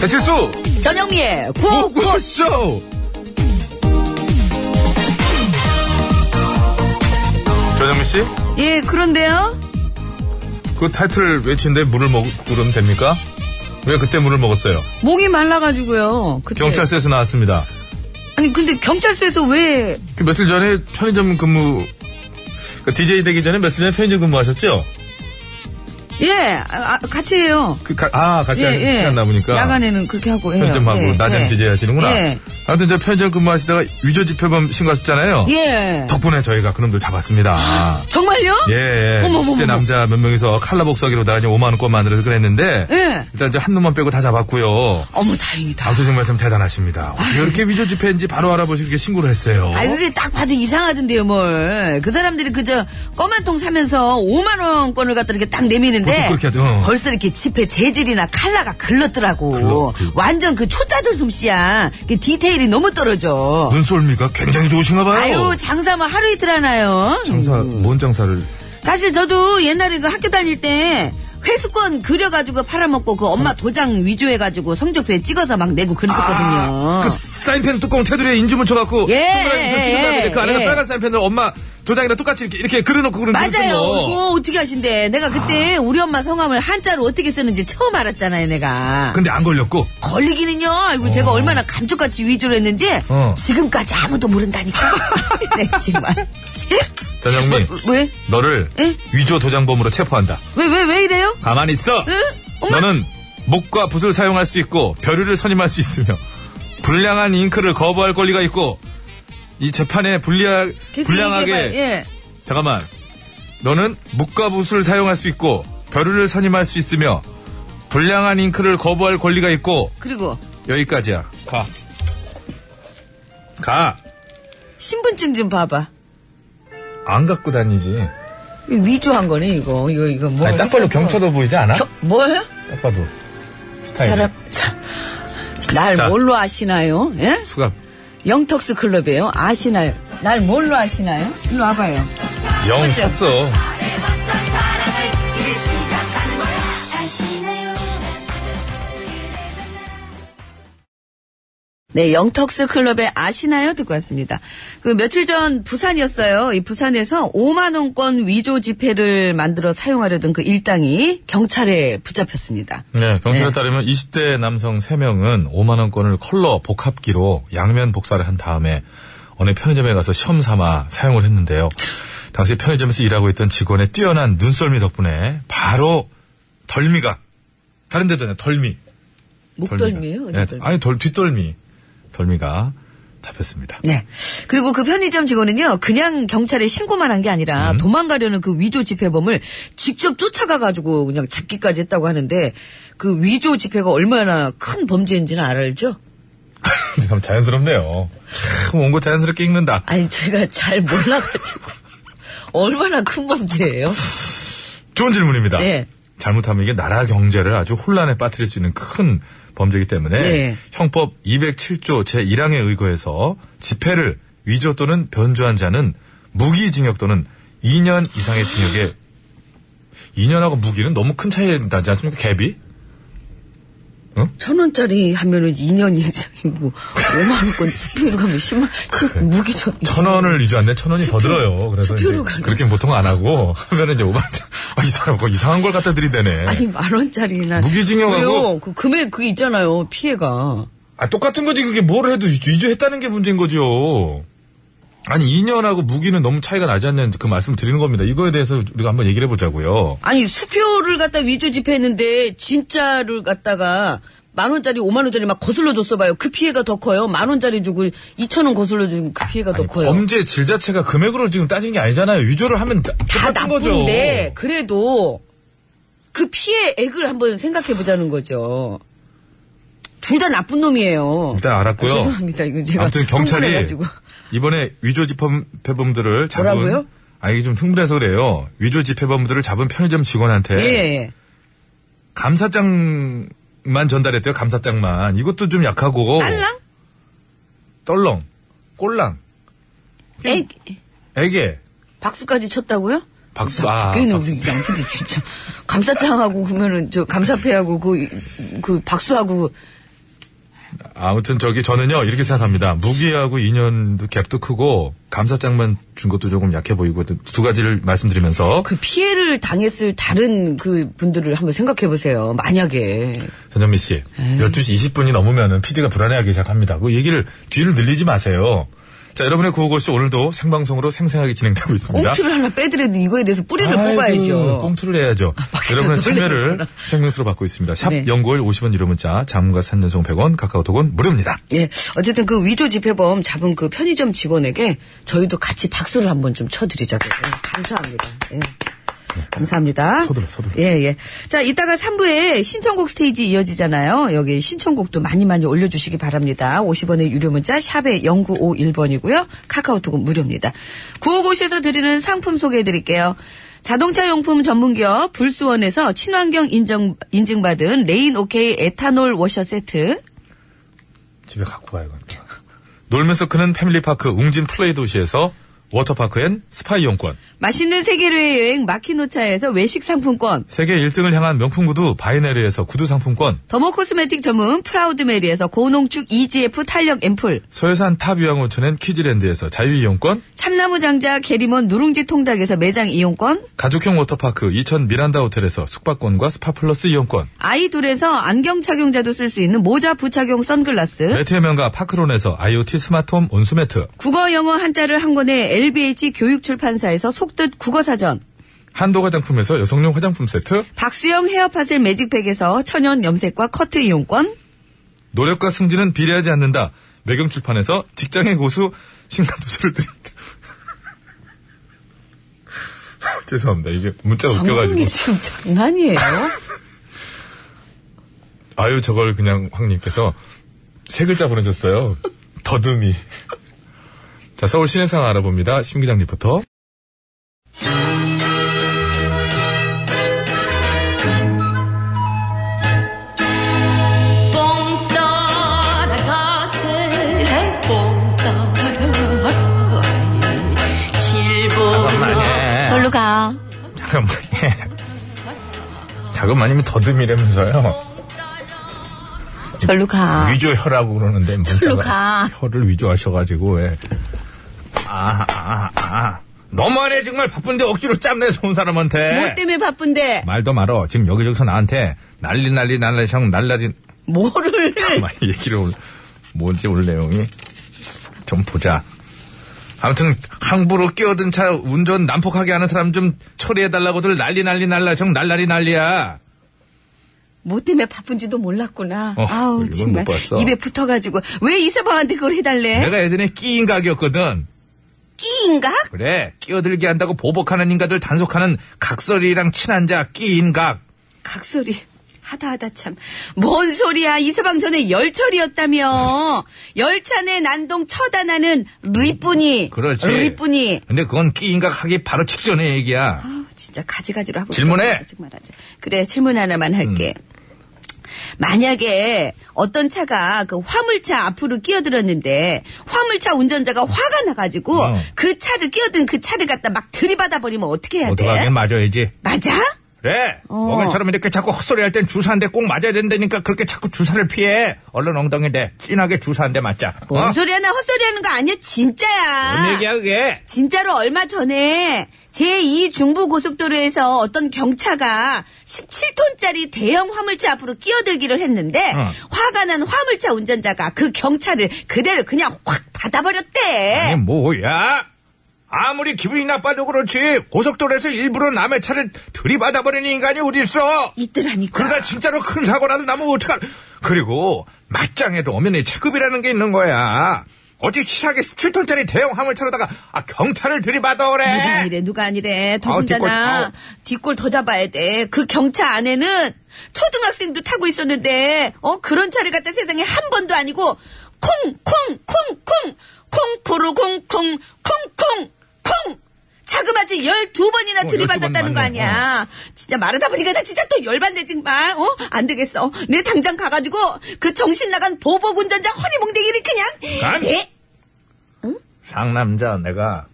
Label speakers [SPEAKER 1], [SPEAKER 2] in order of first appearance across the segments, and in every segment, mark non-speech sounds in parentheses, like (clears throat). [SPEAKER 1] 배칠수
[SPEAKER 2] 전영미의 구호구
[SPEAKER 1] 구호구쇼 전영미 씨,
[SPEAKER 2] 예, 그런데요?
[SPEAKER 1] 그 타이틀을 외치는데 물을 먹, 으면 됩니까? 왜 그때 물을 먹었어요?
[SPEAKER 2] 목이 말라가지고요. 그때.
[SPEAKER 1] 경찰서에서 나왔습니다.
[SPEAKER 2] 아니, 근데 경찰서에서 왜,
[SPEAKER 1] 그 며칠 전에 편의점 근무, 그 DJ 되기 전에 며칠 전에 편의점 근무하셨죠?
[SPEAKER 2] 예, 아, 아, 같이 해요.
[SPEAKER 1] 그 가- 아, 같이
[SPEAKER 2] 예,
[SPEAKER 1] 하는
[SPEAKER 2] 예.
[SPEAKER 1] 시간 나보니까.
[SPEAKER 2] 야간에는 그렇게 하고 해요.
[SPEAKER 1] 편의점하고
[SPEAKER 2] 예,
[SPEAKER 1] 낮엔
[SPEAKER 2] 예.
[SPEAKER 1] DJ 하시는구나.
[SPEAKER 2] 예.
[SPEAKER 1] 아무튼 저 편의점 근무하시다가 위조지표범 신고하셨잖아요.
[SPEAKER 2] 예. 아,
[SPEAKER 1] 덕분에 저희가 그놈들 잡았습니다.
[SPEAKER 2] 정말요?
[SPEAKER 1] 예,
[SPEAKER 2] 어머, 어머,
[SPEAKER 1] 10대
[SPEAKER 2] 어머.
[SPEAKER 1] 남자 몇 명이서 칼라 복사기로다가 5만원권 만들어서 그랬는데,
[SPEAKER 2] 예.
[SPEAKER 1] 일단 이제 한 놈만 빼고 다 잡았고요.
[SPEAKER 2] 어머, 다행이다.
[SPEAKER 1] 아무튼 정말 참 대단하십니다. 어떻게 이렇게 위조 지폐인지 바로 알아보시고 이렇게 신고를 했어요.
[SPEAKER 2] 아이 그게 딱 봐도 이상하던데요, 뭘. 그 사람들이 그저 검은 통 사면서 5만 원권을 갖다 이렇게 딱 내미는데
[SPEAKER 1] 보통 그렇게 하죠. 어.
[SPEAKER 2] 벌써 이렇게 지폐 재질이나 컬러가 글렀더라고.
[SPEAKER 1] 글러, 글-
[SPEAKER 2] 완전 그 초짜들 솜씨야. 그 디테일이 너무 떨어져.
[SPEAKER 1] 눈썰미가 굉장히 좋으신가 봐요.
[SPEAKER 2] 아유, 장사 뭐 하루 이틀 하나요? 음.
[SPEAKER 1] 장사, 뭔 장사를.
[SPEAKER 2] 사실 저도 옛날에 그 학교 다닐 때 회수권 그려가지고 팔아먹고 그
[SPEAKER 1] 음.
[SPEAKER 2] 엄마 도장 위조해가지고 성적표에 찍어서 막 내고 그랬었거든요.
[SPEAKER 1] 그 사인펜 뚜껑 테두리에 인주 묻혀갖고
[SPEAKER 2] 예,
[SPEAKER 1] 동그라미에서
[SPEAKER 2] 예,
[SPEAKER 1] 찍어놨는데 그 안에는
[SPEAKER 2] 예.
[SPEAKER 1] 빨간 사인펜을 엄마 도장이랑 똑같이 이렇게, 이렇게 그려놓고 그런
[SPEAKER 2] 맞아요.
[SPEAKER 1] 그런 거.
[SPEAKER 2] 그거 어떻게 하신대. 내가
[SPEAKER 1] 아.
[SPEAKER 2] 그때 우리 엄마 성함을 한자로 어떻게 쓰는지 처음 알았잖아요, 내가.
[SPEAKER 1] 근데 안 걸렸고.
[SPEAKER 2] 걸리기는요. 아이고 제가 얼마나 감쪽같이 위조를 했는지
[SPEAKER 1] 어.
[SPEAKER 2] 지금까지 아무도
[SPEAKER 1] (laughs)
[SPEAKER 2] 모른다니까. 네, 정말. 예? 뭐,
[SPEAKER 1] 전영미,
[SPEAKER 2] 왜?
[SPEAKER 1] 너를
[SPEAKER 2] 예?
[SPEAKER 1] 위조 도장범으로 체포한다.
[SPEAKER 2] 왜, 왜, 왜 이래요?
[SPEAKER 1] 가만히 있어.
[SPEAKER 2] 응? 엄마.
[SPEAKER 1] 너는 목과 붓을 사용할 수 있고 벼류를 선임할 수 있으며 불량한 잉크를 거부할 권리가 있고 이 재판에 불리하,
[SPEAKER 2] 계속
[SPEAKER 1] 불량하게
[SPEAKER 2] 얘기해봐요. 예.
[SPEAKER 1] 잠깐만 너는 목과 붓을 사용할 수 있고 벼류를 선임할 수 있으며 불량한 잉크를 거부할 권리가 있고
[SPEAKER 2] 그리고
[SPEAKER 1] 여기까지야 가 가.
[SPEAKER 2] 신분증 좀 봐봐.
[SPEAKER 1] 안 갖고 다니지.
[SPEAKER 2] 이거 위조한 거네, 이거. 이거, 이거 뭐.
[SPEAKER 1] 아니, 딱
[SPEAKER 2] 했어,
[SPEAKER 1] 봐도
[SPEAKER 2] 그거.
[SPEAKER 1] 경차도 보이지 않아?
[SPEAKER 2] 겨- 뭐요?
[SPEAKER 1] 딱 봐도. 스타일.
[SPEAKER 2] 사람, 참. 날
[SPEAKER 1] 자.
[SPEAKER 2] 뭘로 아시나요? 예?
[SPEAKER 1] 수갑.
[SPEAKER 2] 영턱스 클럽이에요. 아시나요? 날 뭘로 아시나요? 일로 와봐요.
[SPEAKER 1] 영
[SPEAKER 2] 번째.
[SPEAKER 1] 샀어.
[SPEAKER 2] 네, 영턱스 클럽의 아시나요? 듣고 왔습니다. 그 며칠 전 부산이었어요. 이 부산에서 5만원권 위조 지폐를 만들어 사용하려던 그 일당이 경찰에 붙잡혔습니다.
[SPEAKER 1] 네, 경찰에
[SPEAKER 2] 네.
[SPEAKER 1] 따르면 20대 남성 3명은 5만원권을 컬러 복합기로 양면 복사를 한 다음에 어느 편의점에 가서 시험 삼아 사용을 했는데요. 당시 편의점에서 일하고 있던 직원의 뛰어난 눈썰미 덕분에 바로 덜미가, 다른 데도 아니라 덜미.
[SPEAKER 2] 목덜미예요
[SPEAKER 1] 네,
[SPEAKER 2] 어디덜미?
[SPEAKER 1] 아니, 덜, 뒷덜미. 덜미가 잡혔습니다. (laughs)
[SPEAKER 2] 네. 그리고 그 편의점 직원은요, 그냥 경찰에 신고만 한 게 아니라
[SPEAKER 1] 음.
[SPEAKER 2] 도망가려는 그 위조 지폐범을 직접 쫓아가가지고 그냥 잡기까지 했다고 하는데 그 위조 지폐가 얼마나 큰 범죄인지는 알죠?
[SPEAKER 1] 참 자연스럽네요. 참, 온 거 자연스럽게 읽는다.
[SPEAKER 2] 아니, 제가 잘 몰라가지고. (laughs) 얼마나 큰 범죄예요?
[SPEAKER 1] 좋은 질문입니다.
[SPEAKER 2] 예.
[SPEAKER 1] 잘못하면 이게 나라 경제를 아주 혼란에 빠뜨릴 수 있는 큰 범죄이기 때문에
[SPEAKER 2] 예.
[SPEAKER 1] 형법 207조 제1항에 의거해서 지폐를 위조 또는 변조한 자는 무기징역 또는 2년 이상의 징역에 2년하고 무기는 너무 큰 차이 나지 않습니까? 갭이?
[SPEAKER 2] 천 원짜리 하면은 2년 이상이고, 5만원권 수표로 가면 10만, 무기 전.
[SPEAKER 1] 천 원을 위조한데 천 원이 더 들어요. 그래서 이제
[SPEAKER 2] 수표로 가는
[SPEAKER 1] 그렇게 보통 안 하고 (laughs) 하면은 이제 5만 아, 이 사람 그거 이상한 걸 갖다 들이대네.
[SPEAKER 2] 아니, 만 원짜리나.
[SPEAKER 1] 무기징역하고-
[SPEAKER 2] 왜요? 그 금액 그게 있잖아요, 피해가.
[SPEAKER 1] 아, 똑같은 거지. 그게 뭘 해도 위조했다는 게 문제인 거죠. 아니, 2년하고 무기는 너무 차이가 나지 않냐는 그 말씀 드리는 겁니다. 이거에 대해서 우리가 한번 얘기를 해보자고요.
[SPEAKER 2] 아니 수표를 갖다 위조 지폐했는데 진짜를 갖다가 만 원짜리 오만 원짜리 막 거슬러 줬어 봐요. 그 피해가 더 커요. 만 원짜리 주고 이천 원 거슬러 주면 그 피해가
[SPEAKER 1] 아니,
[SPEAKER 2] 더 커요.
[SPEAKER 1] 범죄 질 자체가 금액으로 지금 따진 게 아니잖아요. 위조를 하면 다-
[SPEAKER 2] 다
[SPEAKER 1] 똑같은 거죠.
[SPEAKER 2] 나쁜데 그래도 그 피해액을 한번 생각해 보자는 거죠. 둘 다 나쁜 놈이에요.
[SPEAKER 1] 일단 알았고요.
[SPEAKER 2] 아, 죄송합니다. 이거 제가
[SPEAKER 1] 아무튼 경찰이
[SPEAKER 2] 흥분해가지고.
[SPEAKER 1] 이번에 위조 집회범들을 잡은
[SPEAKER 2] 뭐라고요?
[SPEAKER 1] 아, 이게 좀 흥분해서 그래요. 위조 집회범들을 잡은 편의점 직원한테
[SPEAKER 2] 예, 예.
[SPEAKER 1] 감사장만 전달했대요. 감사장만. 이것도 좀 약하고
[SPEAKER 2] 딸랑
[SPEAKER 1] 떨렁, 꼴랑,
[SPEAKER 2] 액
[SPEAKER 1] 애게
[SPEAKER 2] 박수까지 쳤다고요?
[SPEAKER 1] 박수, 아,
[SPEAKER 2] 박수는
[SPEAKER 1] 박수.
[SPEAKER 2] 우리 양피디 진짜 감사장하고 그러면은 저 감사패하고 그 그 박수하고
[SPEAKER 1] 아무튼 저기 저는요 이렇게 생각합니다. 무기하고 인연도 갭도 크고 감사장만 준 것도 조금 약해 보이거든. 두 가지를 말씀드리면서
[SPEAKER 2] 그 피해를 당했을 다른 그 분들을 한번 생각해 보세요. 만약에
[SPEAKER 1] 전정미 씨 12시 20분이 넘으면은 PD가 불안해하기 시작합니다. 그 얘기를 뒤를 늘리지 마세요. 자 여러분의 구호고시 오늘도 생방송으로 생생하게 진행되고 있습니다.
[SPEAKER 2] 꽁투를 하나 빼더라도 이거에 대해서 뿌리를
[SPEAKER 1] 아이고,
[SPEAKER 2] 뽑아야죠.
[SPEAKER 1] 꽁투를 해야죠.
[SPEAKER 2] 밖에서
[SPEAKER 1] 여러분의
[SPEAKER 2] 놀래요.
[SPEAKER 1] 참여를 생명수로 받고 있습니다. 샵
[SPEAKER 2] 네.
[SPEAKER 1] 연골 50원 유료 문자, 장문과 3년송 100원, 카카오톡은 무료입니다.
[SPEAKER 2] 예, 어쨌든 그 위조 지폐범 잡은 그 편의점 직원에게 저희도 같이 박수를 한번 좀 쳐드리죠. 예, 감사합니다. 예. 감사합니다.
[SPEAKER 1] 서둘러, 서둘러.
[SPEAKER 2] 예, 예. 자, 이따가 3부에 신청곡 스테이지 이어지잖아요. 여기 신청곡도 많이 많이 올려주시기 바랍니다. 50원의 유료 문자, 샵에 0951번이고요. 카카오톡은 무료입니다. 구호고시에서 드리는 상품 소개해드릴게요. 자동차 용품 전문기업 불수원에서 친환경 인정, 인증받은 레인 오케이 에탄올 워셔 세트.
[SPEAKER 1] 집에 갖고 그러니까. 가야겠다. (laughs) 놀면서 크는 패밀리파크 웅진 플레이 도시에서 워터파크 앤 스파 이용권.
[SPEAKER 2] 맛있는 세계로의 여행 마키노차에서 외식 상품권,
[SPEAKER 1] 세계 1등을 향한 명품 구두 바이네르에서 구두 상품권.
[SPEAKER 2] 더모 코스메틱 전문 프라우드메리에서 고농축 EGF 탄력 앰플,
[SPEAKER 1] 서해산 탑 유황온천엔 키즈랜드에서 자유 이용권.
[SPEAKER 2] 참나무 장자 게리몬 누룽지 통닭에서 매장 이용권,
[SPEAKER 1] 가족형 워터파크 이천 미란다 호텔에서 숙박권과 스파 플러스 이용권.
[SPEAKER 2] 아이 둘에서 안경 착용자도 쓸 수 있는 모자 부착용 선글라스,
[SPEAKER 1] 매트의 명가 파크론에서 IoT 스마트홈 온수매트.
[SPEAKER 2] 국어 영어 한자를 한 권에 LBH 교육출판사에서 속뜻 국어사전,
[SPEAKER 1] 한도 화장품에서 여성용 화장품 세트.
[SPEAKER 2] 박수영 헤어파셀 매직팩에서 천연 염색과 커트 이용권,
[SPEAKER 1] 노력과 승진은 비례하지 않는다. 매경출판에서 직장의 고수 신간도서를 드립니다. (laughs) 죄송합니다. 이게 문자가 웃겨가지고.
[SPEAKER 2] 방송이 지금 장난이에요?
[SPEAKER 1] 아유 저걸 그냥 황님께서 세 글자 보내셨어요. 더듬이. 자 서울 시내 상황 알아봅니다. 심기장 리포터.
[SPEAKER 3] 뽕 따라가세 뽕 따라가세
[SPEAKER 1] 잠깐만요.
[SPEAKER 3] 절로 가
[SPEAKER 1] 잠깐만요. 예. 잠깐만이면 더듬이라면서요.
[SPEAKER 3] 절로
[SPEAKER 2] 아.
[SPEAKER 3] 가
[SPEAKER 1] 위조혀라고 그러는데 문자가
[SPEAKER 3] 가.
[SPEAKER 1] 혀를 위조하셔가지고 왜. 아, 아, 아. 너무하네 정말 바쁜데 억지로 짬내서 온 사람한테.
[SPEAKER 3] 뭐 때문에 바쁜데
[SPEAKER 1] 말도 말어. 지금 여기저기서 나한테 난리 난리 난리 형 (laughs) 날라리
[SPEAKER 2] 뭐를.
[SPEAKER 1] 잠깐만 얘기를 오늘 뭔지 오늘 내용이 좀 보자. 아무튼 항부로 끼어든 차 운전 난폭하게 하는 사람 좀 처리해 달라고들 난리 난리 난라 정 날라리 난리야.
[SPEAKER 2] 뭐 때문에 바쁜지도 몰랐구나.
[SPEAKER 1] 어,
[SPEAKER 2] 아우
[SPEAKER 1] 이건
[SPEAKER 2] 정말
[SPEAKER 1] 못 봤어.
[SPEAKER 2] 입에 붙어가지고 왜 이서방한테 그걸 해달래?
[SPEAKER 1] 내가 예전에 끼인각이었거든.
[SPEAKER 2] 끼인가?
[SPEAKER 1] 그래 끼어들게 한다고 보복하는 인간들 단속하는 각설이랑 친한 자 끼인각.
[SPEAKER 2] 각소리 하다하다 참 뭔 소리야 이서방 전에
[SPEAKER 1] 아.
[SPEAKER 2] 열철이었다며 열차내 난동 처단하는 루이뿐이
[SPEAKER 1] 그렇지.
[SPEAKER 2] 루이뿐이
[SPEAKER 1] 근데 그건 끼인각 하기 바로 직전의 얘기야.
[SPEAKER 2] 아우, 진짜 가지가지로 하고
[SPEAKER 1] 질문해. 음.
[SPEAKER 2] 있다. 정말 아주. 그래 질문 하나만 할게. 만약에 어떤 차가 그 화물차 앞으로 끼어들었는데 화물차 운전자가 화가 나가지고
[SPEAKER 1] 어.
[SPEAKER 2] 그 차를 끼어든 그 차를 갖다 막 들이받아 버리면 어떻게 해야 돼?
[SPEAKER 1] 어떡하긴 맞아야지.
[SPEAKER 2] 맞아?
[SPEAKER 1] 그래.
[SPEAKER 2] 어.
[SPEAKER 1] 어간처럼 이렇게 자꾸 헛소리 할 땐 주사 한 대 꼭 맞아야 된다니까 그렇게 자꾸 주사를 피해. 얼른 엉덩이 대. 진하게 주사 한 대 맞자.
[SPEAKER 2] 뭔
[SPEAKER 1] 어?
[SPEAKER 2] 소리야 나 헛소리 하는 거 아니야 진짜야.
[SPEAKER 1] 뭔 얘기야 그게?
[SPEAKER 2] 진짜로 얼마 전에 제2 중부고속도로에서 어떤 경차가 17톤짜리 대형 화물차 앞으로 끼어들기를 했는데
[SPEAKER 1] 응.
[SPEAKER 2] 화가 난 화물차 운전자가 그 경차를 그대로 그냥 확 받아버렸대.
[SPEAKER 1] 아니 뭐야? 아무리 기분이 나빠도 그렇지 고속도로에서 일부러 남의 차를 들이받아버리는 인간이 어디 있어?
[SPEAKER 2] 있더라니까.
[SPEAKER 1] 그러다 진짜로 큰 사고라도 나면 어떡할? 그리고 맞짱에도 엄연히 체급이라는 게 있는 거야. 어찌 치사하게 17톤짜리 대형 화물차로다가 아 경찰을
[SPEAKER 2] 누가
[SPEAKER 1] 들이받아오래.
[SPEAKER 2] 아니래 누가 아니래
[SPEAKER 1] 뒷골,
[SPEAKER 2] 더군다나
[SPEAKER 1] 네. 아우.
[SPEAKER 2] 뒷골 더 잡아야 돼그 경차 안에는 초등학생도 타고 있었는데 어 그런 차를 갖다 세상에 한 번도 아니고 콩콩콩콩 콩푸르콩콩 콩콩콩 자그마치 12번이나
[SPEAKER 1] 어,
[SPEAKER 2] 들이받았다는
[SPEAKER 1] 12번
[SPEAKER 2] 거
[SPEAKER 1] 맞네. 어.
[SPEAKER 2] 아니야. 진짜 말하다 보니까 나 진짜 또 열받네, 정말. 어? 안 되겠어. 내 당장 가가지고 그 정신 나간 보복 운전자 허리몽댕이를 그냥.
[SPEAKER 1] 간!
[SPEAKER 2] 예?
[SPEAKER 1] 상남자 내가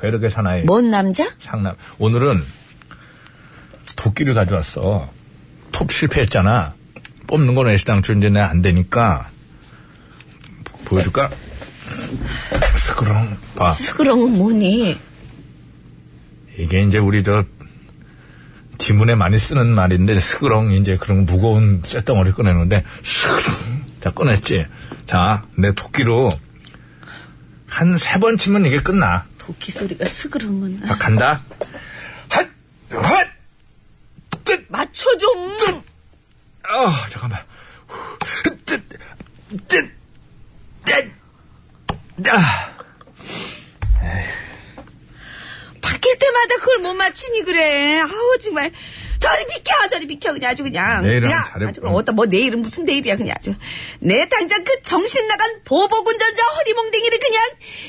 [SPEAKER 1] 괴력의 사나이.
[SPEAKER 2] 뭔 남자?
[SPEAKER 1] 상남. 오늘은 도끼를 가져왔어. 톱 실패했잖아.
[SPEAKER 4] 뽑는 건 애시당초 이제 내 안 되니까 보여줄까? 스크롱 봐.
[SPEAKER 5] 스그렁은 뭐니?
[SPEAKER 4] 이게 이제 우리 저 지문에 많이 쓰는 말인데 스그렁 이제 그런 무거운 쇳덩어리 꺼내는데 스그렁 자 꺼냈지 자 내 도끼로 한 세 번 치면 이게 끝나
[SPEAKER 5] 도끼 소리가 스그렁은.
[SPEAKER 4] 자, 간다 핫! 핫! 뜻!
[SPEAKER 2] 맞춰 좀.
[SPEAKER 4] 아 잠깐만 후, 뜻! 뜻! 뜻! 아,
[SPEAKER 5] 바뀔 때마다 그걸 못 맞추니 그래. 아우 정말. 저리 비켜, 저리 비켜 그냥 아주 그냥.
[SPEAKER 4] 내 이름
[SPEAKER 5] 야,
[SPEAKER 4] 잘해-
[SPEAKER 5] 아주 그냥 어따 뭐 내일은 무슨 내일이야 그냥 아주. 내 당장 그 정신 나간 보복운전자 허리몽댕이를 그냥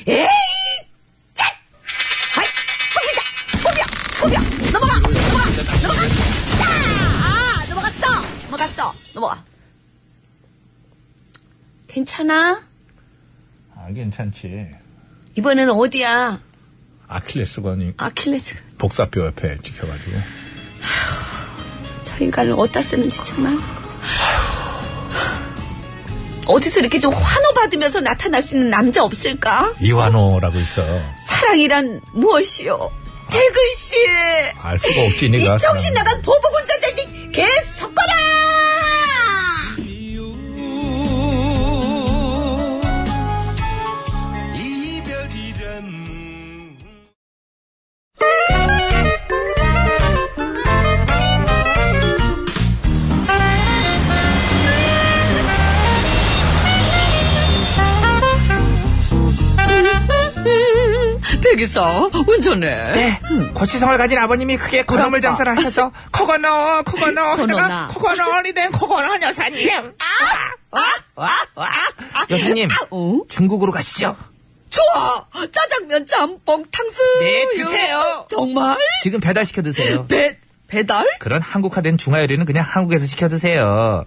[SPEAKER 5] 에이, 짜, 아이, 호비다, 호비야, 호비야, 넘어가, 넘어가, 넘어가, 짜, 아, 넘어갔어, 넘어갔어, 넘어가. 괜찮아?
[SPEAKER 4] 아 괜찮지
[SPEAKER 5] 이번에는 어디야?
[SPEAKER 4] 아킬레스건이
[SPEAKER 5] 아킬레스.
[SPEAKER 4] 복사뼈 옆에 찍혀가지고
[SPEAKER 5] 저 인간을 어디다 쓰는지 정말. 어디서 이렇게 좀 환호받으면서 나타날 수 있는 남자 없을까?
[SPEAKER 4] 이완호라고 있어
[SPEAKER 5] 사랑이란 무엇이요? 태근 씨!
[SPEAKER 1] 아,
[SPEAKER 4] 알 수가 없지
[SPEAKER 5] 이
[SPEAKER 4] 니가
[SPEAKER 5] 정신 나간 보복운전자님 개 섞어라!
[SPEAKER 2] 백이사 운전해.
[SPEAKER 1] 네. 고치성을 가진 아버님이 크게 건어물 장사를 하셔서 코건어 코건어
[SPEAKER 2] 코건어나.
[SPEAKER 1] 하다가 코건어니 된 코건어 여사님
[SPEAKER 5] 아,
[SPEAKER 1] 여사님
[SPEAKER 2] 어?
[SPEAKER 1] 중국으로 가시죠
[SPEAKER 2] 좋아. 짜장면, 짬뽕, 탕수육.
[SPEAKER 1] 네, 드세요.
[SPEAKER 2] 정말?
[SPEAKER 1] 지금 배달시켜 드세요
[SPEAKER 2] 배 배달?
[SPEAKER 1] 그런 한국화된 중화 요리는 그냥 한국에서 시켜 드세요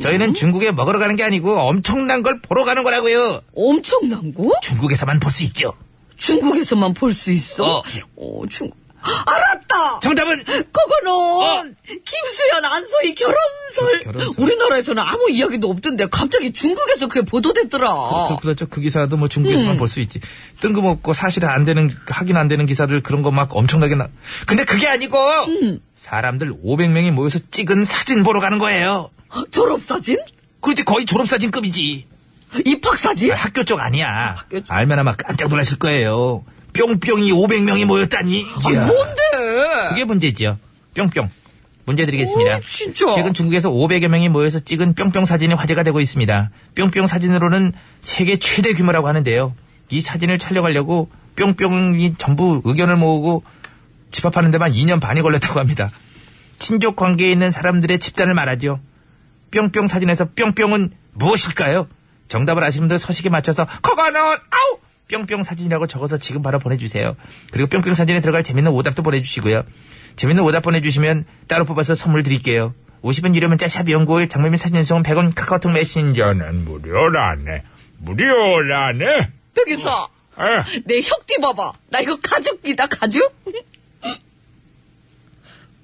[SPEAKER 1] 저희는 중국에 먹으러 가는 게 아니고 엄청난 걸 보러 가는 거라고요
[SPEAKER 2] 엄청난 거?
[SPEAKER 1] 중국에서만 볼 수 있죠
[SPEAKER 2] 중국에서만 볼 수 있어.
[SPEAKER 1] 어.
[SPEAKER 2] 어, 중국. 알았다.
[SPEAKER 1] 정답은 어.
[SPEAKER 2] 그거는 김수현 안소희 결혼설.
[SPEAKER 1] 그 결혼설.
[SPEAKER 2] 우리나라에서는 아무 이야기도 없던데 갑자기 중국에서 그게 보도됐더라.
[SPEAKER 1] 그, 그렇죠. 그 기사도 뭐
[SPEAKER 2] 음.
[SPEAKER 1] 중국에서만 볼 수 있지. 뜬금없고 사실 안 되는, 확인 안 되는 기사들 그런 거 막 엄청나게 나. 근데 그게 아니고!
[SPEAKER 2] 음.
[SPEAKER 1] 사람들 500명이 모여서 찍은 사진 보러 가는 거예요.
[SPEAKER 2] 졸업사진?
[SPEAKER 1] 그렇지. 거의 졸업사진급이지. 아,
[SPEAKER 2] 입학사진?
[SPEAKER 1] 학교 쪽 아니야.
[SPEAKER 2] 학교 쪽.
[SPEAKER 1] 알면 아마 깜짝 놀라실 거예요. 뿅뿅이 500명이 모였다니.
[SPEAKER 2] 아,
[SPEAKER 1] 이야.
[SPEAKER 2] 뭔데?
[SPEAKER 1] 그게 문제지요. 뿅뿅. 문제 드리겠습니다.
[SPEAKER 2] 오, 진짜.
[SPEAKER 1] 최근 중국에서 500여 명이 모여서 찍은 뿅뿅 사진이 화제가 되고 있습니다. 뿅뿅 사진으로는 세계 최대 규모라고 하는데요. 이 사진을 촬영하려고 뿅뿅이 전부 의견을 모으고 집합하는 데만 2년 반이 걸렸다고 합니다. 친족 관계에 있는 사람들의 집단을 말하죠. 뿅뿅 사진에서 뿅뿅은 무엇일까요? 정답을 아시는 분들 서식에 맞춰서 커가는 아우 뿅뿅 사진이라고 적어서 지금 바로 보내주세요. 그리고 뿅뿅 사진에 들어갈 재밌는 오답도 보내주시고요. 재밌는 오답 보내주시면 따로 뽑아서 선물 드릴게요. 50원 유료 문자 샵 연구일 장면및 사진 연속은 100원 카카오톡 메신저는 무료라네. 무료라네.
[SPEAKER 2] 백이사.
[SPEAKER 1] 아.
[SPEAKER 2] 내 혁띠 봐봐. 나 이거 가죽이다, 가죽?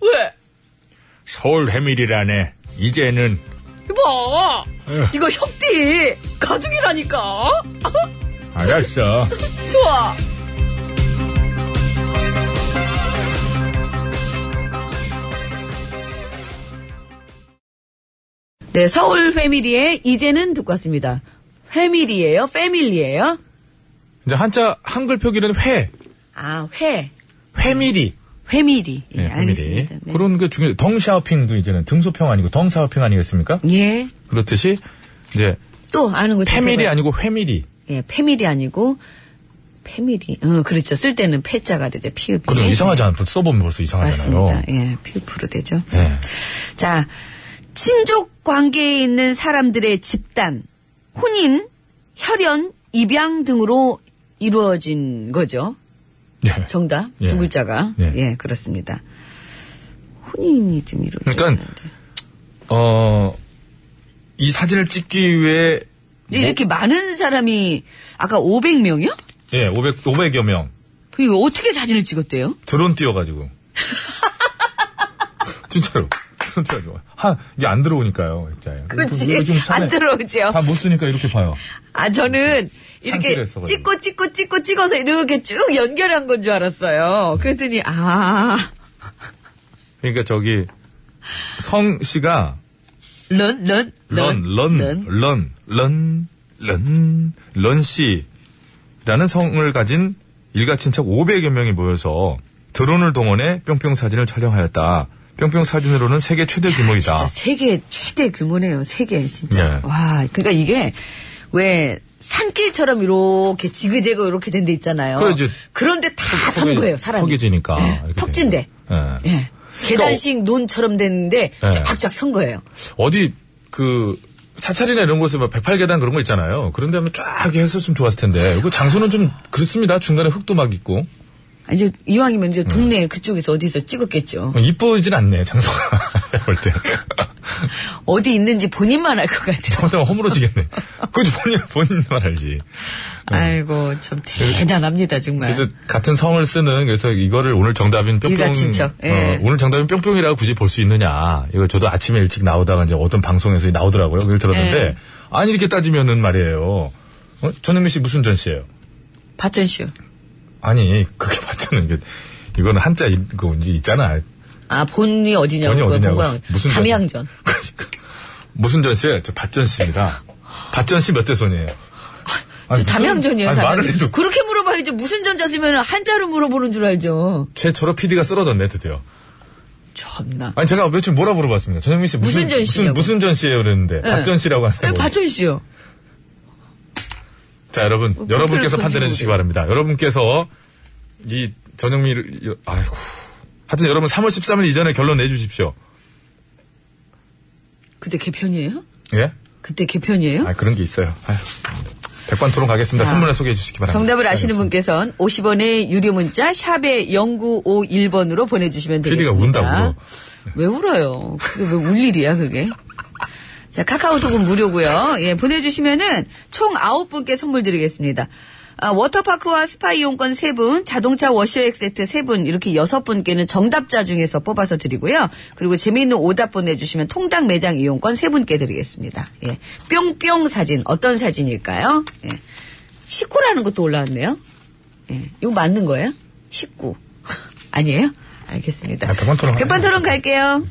[SPEAKER 2] 왜?
[SPEAKER 4] 서울 해밀이라네. 이제는
[SPEAKER 2] 이봐.
[SPEAKER 1] 예.
[SPEAKER 2] 이거 혁띠. 가죽이라니까.
[SPEAKER 4] 알았어.
[SPEAKER 2] 좋아. 네, 서울 패밀리의 이제는 듣고 왔습니다. 패밀리예요? 패밀리예요?
[SPEAKER 4] 이제 한자 한글 표기는 회,
[SPEAKER 2] 아, 회.
[SPEAKER 4] 회밀이.
[SPEAKER 2] 회밀리. 예,
[SPEAKER 4] 네,
[SPEAKER 2] 알겠습니다. 네.
[SPEAKER 4] 그런 게 중요. 덩샤오핑도 이제는 등소평 아니고 덩샤오핑 아니겠습니까?
[SPEAKER 2] 예.
[SPEAKER 4] 그렇듯이 이제
[SPEAKER 2] 또 아는 거죠.
[SPEAKER 4] 패밀이 아니고 회밀이.
[SPEAKER 2] 예, 패밀이 아니고 패밀이. 어, 그렇죠. 쓸 때는 패자가 되죠. 피읍이.
[SPEAKER 4] 그럼 이상하지 않고 써보면 벌써 이상하잖아요.
[SPEAKER 2] 맞습니다. 예, 피읍으로 되죠.
[SPEAKER 4] 예.
[SPEAKER 2] 자, 친족 관계에 있는 사람들의 집단, 혼인, 혈연, 입양 등으로 이루어진 거죠.
[SPEAKER 4] 예.
[SPEAKER 2] 정답
[SPEAKER 4] 예.
[SPEAKER 2] 두 글자가
[SPEAKER 4] 예.
[SPEAKER 2] 예 그렇습니다. 혼인이 좀 이루어져.
[SPEAKER 4] 그러니까
[SPEAKER 2] 있는데.
[SPEAKER 4] 어, 이 사진을 찍기 위해
[SPEAKER 2] 근데 이렇게 많은 사람이 아까 500명이요?
[SPEAKER 4] 예, 500 500여 명
[SPEAKER 2] 그리고 (laughs) 어떻게 사진을 찍었대요?
[SPEAKER 4] 드론 띄워가지고 진짜로
[SPEAKER 1] 그렇더라고요. 한, 이게 안 들어오니까요. 액자에.
[SPEAKER 2] 그렇지. 안 들어오죠.
[SPEAKER 1] 다못 쓰니까 이렇게 봐요.
[SPEAKER 2] 아, 저는 이렇게
[SPEAKER 1] 상태에서
[SPEAKER 2] 찍고 찍고 찍고 찍어서 이렇게 쭉 연결한 건 줄 알았어요. 그랬더니, 아,
[SPEAKER 1] 그러니까 저기, 성 씨가,
[SPEAKER 2] 런, 런,
[SPEAKER 1] 런, 런, 런, 런, 런, 런, 씨라는 성을 가진 일가친척 500여 명이 모여서 드론을 동원해 뿅뿅 사진을 촬영하였다. 뿅뿅 사진으로는 세계 최대 규모이다.
[SPEAKER 2] 진짜 세계 최대 규모네요. 세계 진짜.
[SPEAKER 1] 예.
[SPEAKER 2] 와, 그러니까 이게 왜 산길처럼 이렇게 지그재그 이렇게 된 데 있잖아요.
[SPEAKER 1] 그래야지.
[SPEAKER 2] 런데 다 산 거예요, 사람이.
[SPEAKER 1] 턱이지니까.
[SPEAKER 2] 예,
[SPEAKER 1] 이렇게
[SPEAKER 2] 턱진데.
[SPEAKER 1] 되니까. 그러니까 예.
[SPEAKER 2] 예. 계단식 논처럼 됐는데
[SPEAKER 1] 예.
[SPEAKER 2] 쫙쫙 선 거예요.
[SPEAKER 1] 어디 그 사찰이나 이런 곳에 막 108계단 그런 거 있잖아요. 그런 데 하면 쫙 했었으면 좋았을 텐데. 이거 장소는 좀 그렇습니다. 중간에 흙도 막 있고.
[SPEAKER 2] 아, 이제 이왕이면 이제 동네 그쪽에서 어디서 찍었겠죠.
[SPEAKER 1] 어, 이뻐지진 않네, 장소가. (laughs) 볼 때.
[SPEAKER 2] 어디 있는지 본인만 알
[SPEAKER 1] (laughs)
[SPEAKER 2] 것 같아요.
[SPEAKER 1] 아무튼
[SPEAKER 2] (laughs)
[SPEAKER 1] 허물어지겠네. 그건 본인, 본인만 알지.
[SPEAKER 2] 아이고 참 대단합니다 정말.
[SPEAKER 1] 네. 그래서 같은 성을 쓰는 그래서 이거를 오늘 정답인 뿅뿅
[SPEAKER 2] 일가친척, 예.
[SPEAKER 1] 어, 오늘 정답인 뿅뿅이라고 굳이 볼 수 있느냐 이거 저도 아침에 일찍 나오다가 이제 어떤 방송에서 나오더라고요 그걸 들었는데
[SPEAKER 2] 예.
[SPEAKER 1] 아니 이렇게 따지면은 말이에요 어? 전현미 씨 무슨 전 씨예요?
[SPEAKER 2] 박전 씨요.
[SPEAKER 1] 아니 그게 (laughs) 맞잖아요 이게 이거는 한자 그 이거 이제 있잖아
[SPEAKER 2] 아 본이 어디냐고.
[SPEAKER 1] 본이
[SPEAKER 2] 그거
[SPEAKER 1] 어디냐고.
[SPEAKER 2] 공부하고.
[SPEAKER 1] 무슨 전-
[SPEAKER 2] 담양전.
[SPEAKER 1] (laughs) 그러니까 무슨 전 씨예요? 저 밭전 씨입니다 박전 씨 몇 대 손이에요? 아니,
[SPEAKER 2] 저
[SPEAKER 1] 무슨-
[SPEAKER 2] 담양전이에요.
[SPEAKER 1] 아니,
[SPEAKER 2] 담양전.
[SPEAKER 1] 말을 해도
[SPEAKER 2] 그렇게 물어봐야지 무슨 전자시면 한자로 물어보는 줄 알죠.
[SPEAKER 1] 최초로 PD가 쓰러졌네 드디어
[SPEAKER 2] 참나.
[SPEAKER 1] 아니 제가 며칠 뭐라 물어봤습니까? 전현미 씨 무슨
[SPEAKER 2] 무슨 전
[SPEAKER 1] 무슨,
[SPEAKER 2] 씨냐고.
[SPEAKER 1] 무슨 전 씨예요 그랬는데
[SPEAKER 2] 네.
[SPEAKER 1] 박전 씨라고
[SPEAKER 2] 왜
[SPEAKER 1] 하세요.
[SPEAKER 2] 박전 씨요?
[SPEAKER 1] 자 여러분
[SPEAKER 2] 뭐,
[SPEAKER 1] 여러분께서
[SPEAKER 2] 뭐,
[SPEAKER 1] 판단해
[SPEAKER 2] 뭐,
[SPEAKER 1] 주시기
[SPEAKER 2] 뭐.
[SPEAKER 1] 바랍니다. 여러분께서 이 전현미를 여- 아이고 하여튼 여러분 3월 13일 이전에 결론 내주십시오.
[SPEAKER 2] 그때 개편이에요?
[SPEAKER 1] 예?
[SPEAKER 2] 그때 개편이에요?
[SPEAKER 1] 아 그런 게 있어요. 아휴. 백반 토론 가겠습니다.
[SPEAKER 2] 자,
[SPEAKER 1] 선물을 소개해 주시기 바랍니다.
[SPEAKER 2] 정답을 아시는
[SPEAKER 1] 시간이
[SPEAKER 2] 분께서는 50원의 유료 문자 샵에 0951번으로 보내주시면
[SPEAKER 1] 피디가
[SPEAKER 2] 되겠습니다.
[SPEAKER 1] 운다고.
[SPEAKER 2] 왜 울어요? 그게 왜 울 일이야 그게? 자 카카오톡은 무료고요. 예 보내주시면은 총 9분께 선물 드리겠습니다. 아, 워터파크와 스파 이용권 3분, 자동차 워셔액 세트 3분, 이렇게 6분께는 정답자 중에서 뽑아서 드리고요. 그리고 재미있는 오답 보내주시면 통당 매장 이용권 3분께 드리겠습니다. 예. 뿅뿅 사진, 어떤 사진일까요? 예. 식구라는 것도 올라왔네요. 예. 이거 맞는 거예요? 식구. (laughs) 아니에요? 알겠습니다.
[SPEAKER 1] 아, 백반 토론
[SPEAKER 2] 백반 토론 갈게요.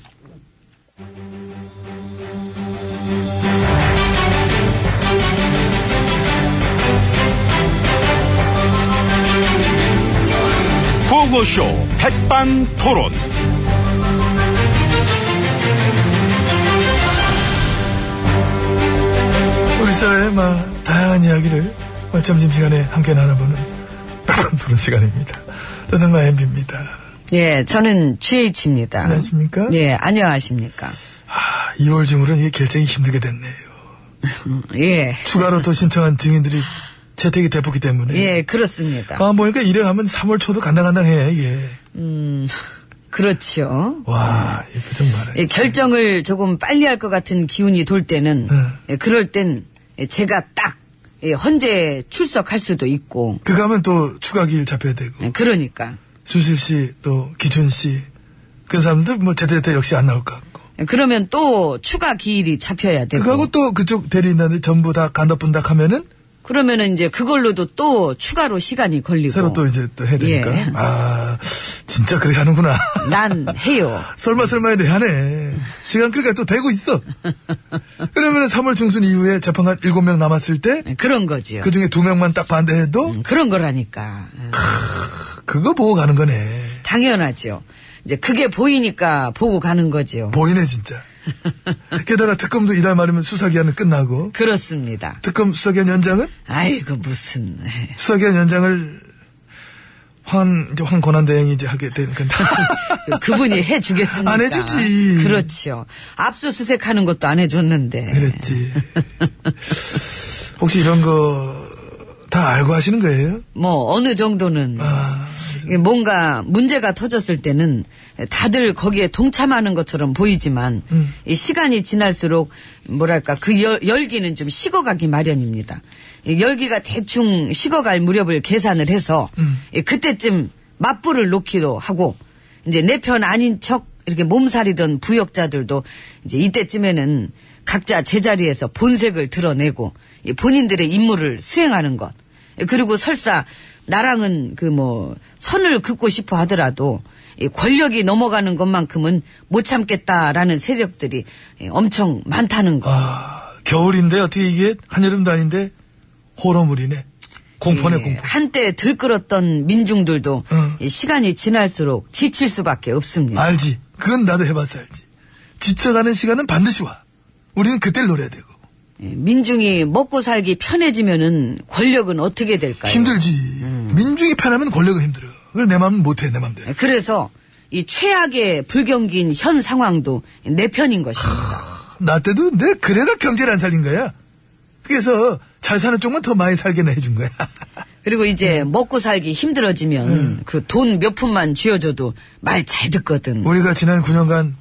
[SPEAKER 6] 구호쇼 백반 토론.
[SPEAKER 1] 우리 사회의 마, 다양한 이야기를 마, 점심시간에 함께 나눠보는 백반 토론 시간입니다. 저는 마엠비입니다.
[SPEAKER 2] 예, 저는 GH입니다.
[SPEAKER 1] 안녕하십니까?
[SPEAKER 2] 예, 안녕하십니까?
[SPEAKER 1] 아, 2월 중으로 이 결정이 힘들게 됐네요.
[SPEAKER 2] 예,
[SPEAKER 1] 추가로 더 신청한 증인들이 채택이 됐기 때문에.
[SPEAKER 2] 예, 그렇습니다.
[SPEAKER 1] 아, 보니까 이래 가면 3월 초도 간당간당해, 이게.
[SPEAKER 2] 음, 그렇죠.
[SPEAKER 1] 와, 이거 좀 말해.
[SPEAKER 2] 예, 결정을 조금 빨리 할 것 같은 기운이 돌 때는,
[SPEAKER 1] 네.
[SPEAKER 2] 예, 그럴 땐 예, 제가 딱 예, 헌재 출석할 수도 있고,
[SPEAKER 7] 그 가면 또 추가 기일 잡혀야 되고
[SPEAKER 2] 예, 그러니까.
[SPEAKER 7] 순실 씨 또 기준 씨 그 사람들 뭐 제때제때 역시 안 나올 것 같고
[SPEAKER 2] 예, 그러면 또 추가 기일이 잡혀야 되고.
[SPEAKER 7] 그거하고 또 그쪽 대리인한테 전부 다 간다분닥 하면은
[SPEAKER 2] 뭐. 그러면은 이제 그걸로도 또 추가로 시간이 걸리고.
[SPEAKER 7] 새로 또 이제 또 해야 되니까
[SPEAKER 2] 예.
[SPEAKER 7] 아 진짜 그렇게 하는구나 (laughs)
[SPEAKER 2] 난 해요.
[SPEAKER 7] 설마 설마 해도 하네 시간 끌기가 또
[SPEAKER 2] (laughs)
[SPEAKER 7] 되고 있어 그러면은 3월 중순 이후에 재판관 7명 남았을 때 그
[SPEAKER 2] 예, 그런 거지요.
[SPEAKER 7] 중에 2명만 딱 반대해도
[SPEAKER 2] 음, 그런 거라니까. 예.
[SPEAKER 7] 그거 보고 가는 거네
[SPEAKER 2] 당연하죠. 이제 그게 보이니까 보고 가는 거지요.
[SPEAKER 7] 보이네
[SPEAKER 2] (laughs)
[SPEAKER 7] 진짜 게다가 특검도 이달 말이면 수사기한은 끝나고
[SPEAKER 2] 그렇습니다.
[SPEAKER 7] 특검 수사기한 연장은
[SPEAKER 2] 아이고 무슨 예.
[SPEAKER 7] 수사기한 연장을 황, 이제 황 고난대행이 이제 하게 되는 (laughs) 건데.
[SPEAKER 2] 그분이 해주겠습니까?
[SPEAKER 7] 안 해주지.
[SPEAKER 2] 그렇죠. 압수수색하는 것도 안 해줬는데.
[SPEAKER 7] 그랬지. 혹시 이런 거 다 알고 하시는 거예요?
[SPEAKER 2] 뭐 어느 정도는
[SPEAKER 7] 아,
[SPEAKER 2] 이게 예, 뭔가 문제가 터졌을 때는 다들 거기에 동참하는 것처럼 보이지만 이 시간이 지날수록 뭐랄까 그 열, 열기는 좀 식어가기 마련입니다. 이 열기가 대충 식어갈 무렵을 계산을 해서 이 그때쯤 맞불을 놓기로 하고 이제 내 편 아닌 척 이렇게 몸살이던 부역자들도 이제 이때쯤에는 각자 제자리에서 본색을 드러내고 이 본인들의 임무를 수행하는 것. 그리고 설사 나랑은 그 뭐 선을 긋고 싶어 하더라도 이 권력이 넘어가는 것만큼은 못 참겠다라는 세력들이 예, 엄청 많다는
[SPEAKER 7] 아,
[SPEAKER 2] 거.
[SPEAKER 7] 겨울인데 어떻게 이게 한여름도 아닌데 호러물이네. 공포네 어.
[SPEAKER 2] 예,
[SPEAKER 7] 공포.
[SPEAKER 2] 한때 들끓었던 민중들도
[SPEAKER 7] 응.
[SPEAKER 2] 이 시간이 지날수록 지칠 수밖에 없습니다.
[SPEAKER 7] 알지. 그건 나도 해봐서 알지. 지쳐가는 시간은 반드시 와. 우리는 그때를 노려야 되고.
[SPEAKER 2] 예, 민중이 먹고 살기 편해지면은 권력은 어떻게 될까요?
[SPEAKER 7] 힘들지. 민중이 편하면 권력은 힘들어. 그걸 내 마음은 못해, 내 맘대로.
[SPEAKER 2] 예, 그래서 이 최악의 불경기인 현 상황도 내 편인 것입니다.
[SPEAKER 7] 나 때도 내 그래가 경제를 안 살린 거야. 그래서 잘 사는 쪽만 더 많이 살게나 해준 거야. (laughs)
[SPEAKER 2] 그리고 이제 먹고 살기 힘들어지면 그 돈 몇 푼만 쥐어줘도 말 잘 듣거든.
[SPEAKER 7] 우리가 지난 9년간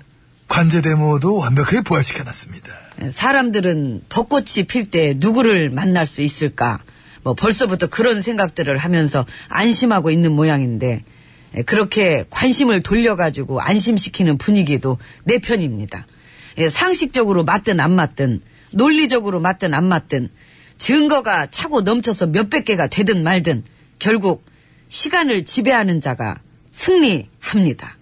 [SPEAKER 7] 관제 데모도 완벽하게 부활시켜놨습니다.
[SPEAKER 2] 사람들은 벚꽃이 필 때 누구를 만날 수 있을까? 뭐 벌써부터 그런 생각들을 하면서 안심하고 있는 모양인데 예, 그렇게 관심을 돌려가지고 안심시키는 분위기도 내 편입니다. 예, 상식적으로 맞든 안 맞든 논리적으로 맞든 안 맞든 증거가 차고 넘쳐서 몇백 개가 되든 말든 결국 시간을 지배하는 자가 승리합니다.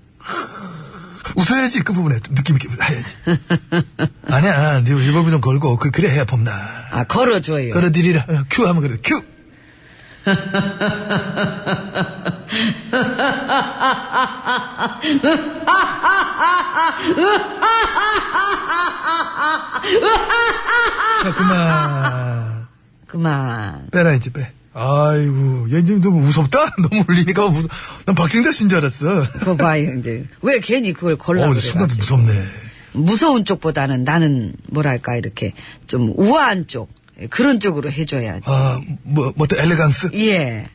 [SPEAKER 7] 웃어야지, 그 부분에 좀 느낌 있게 해야지.
[SPEAKER 2] (laughs)
[SPEAKER 7] 아니야, 네 리버브 좀 걸고, 그, 그래 해야 봄나.
[SPEAKER 2] 아 걸어줘요.
[SPEAKER 7] 걸어드리라. 어, 큐 하면 그래, 큐! 자, 그만.
[SPEAKER 2] 그만.
[SPEAKER 7] 빼라, 이제 빼. 아이고, 얘 지금 너무 무섭다? (laughs) 너무 울리니까 무서... 난 박진자 씨인 줄 알았어.
[SPEAKER 2] 그거 봐, 이제. 왜 괜히 그걸
[SPEAKER 7] 어,
[SPEAKER 2] 걸라고
[SPEAKER 7] 근데 순간
[SPEAKER 2] 그래가지고.
[SPEAKER 7] 무섭네.
[SPEAKER 2] 무서운 쪽보다는 나는, 뭐랄까, 이렇게 좀 우아한 쪽. 예, 그런 쪽으로 해줘야지.
[SPEAKER 7] 아, 뭐, 뭐, 또 엘레강스?
[SPEAKER 2] 예.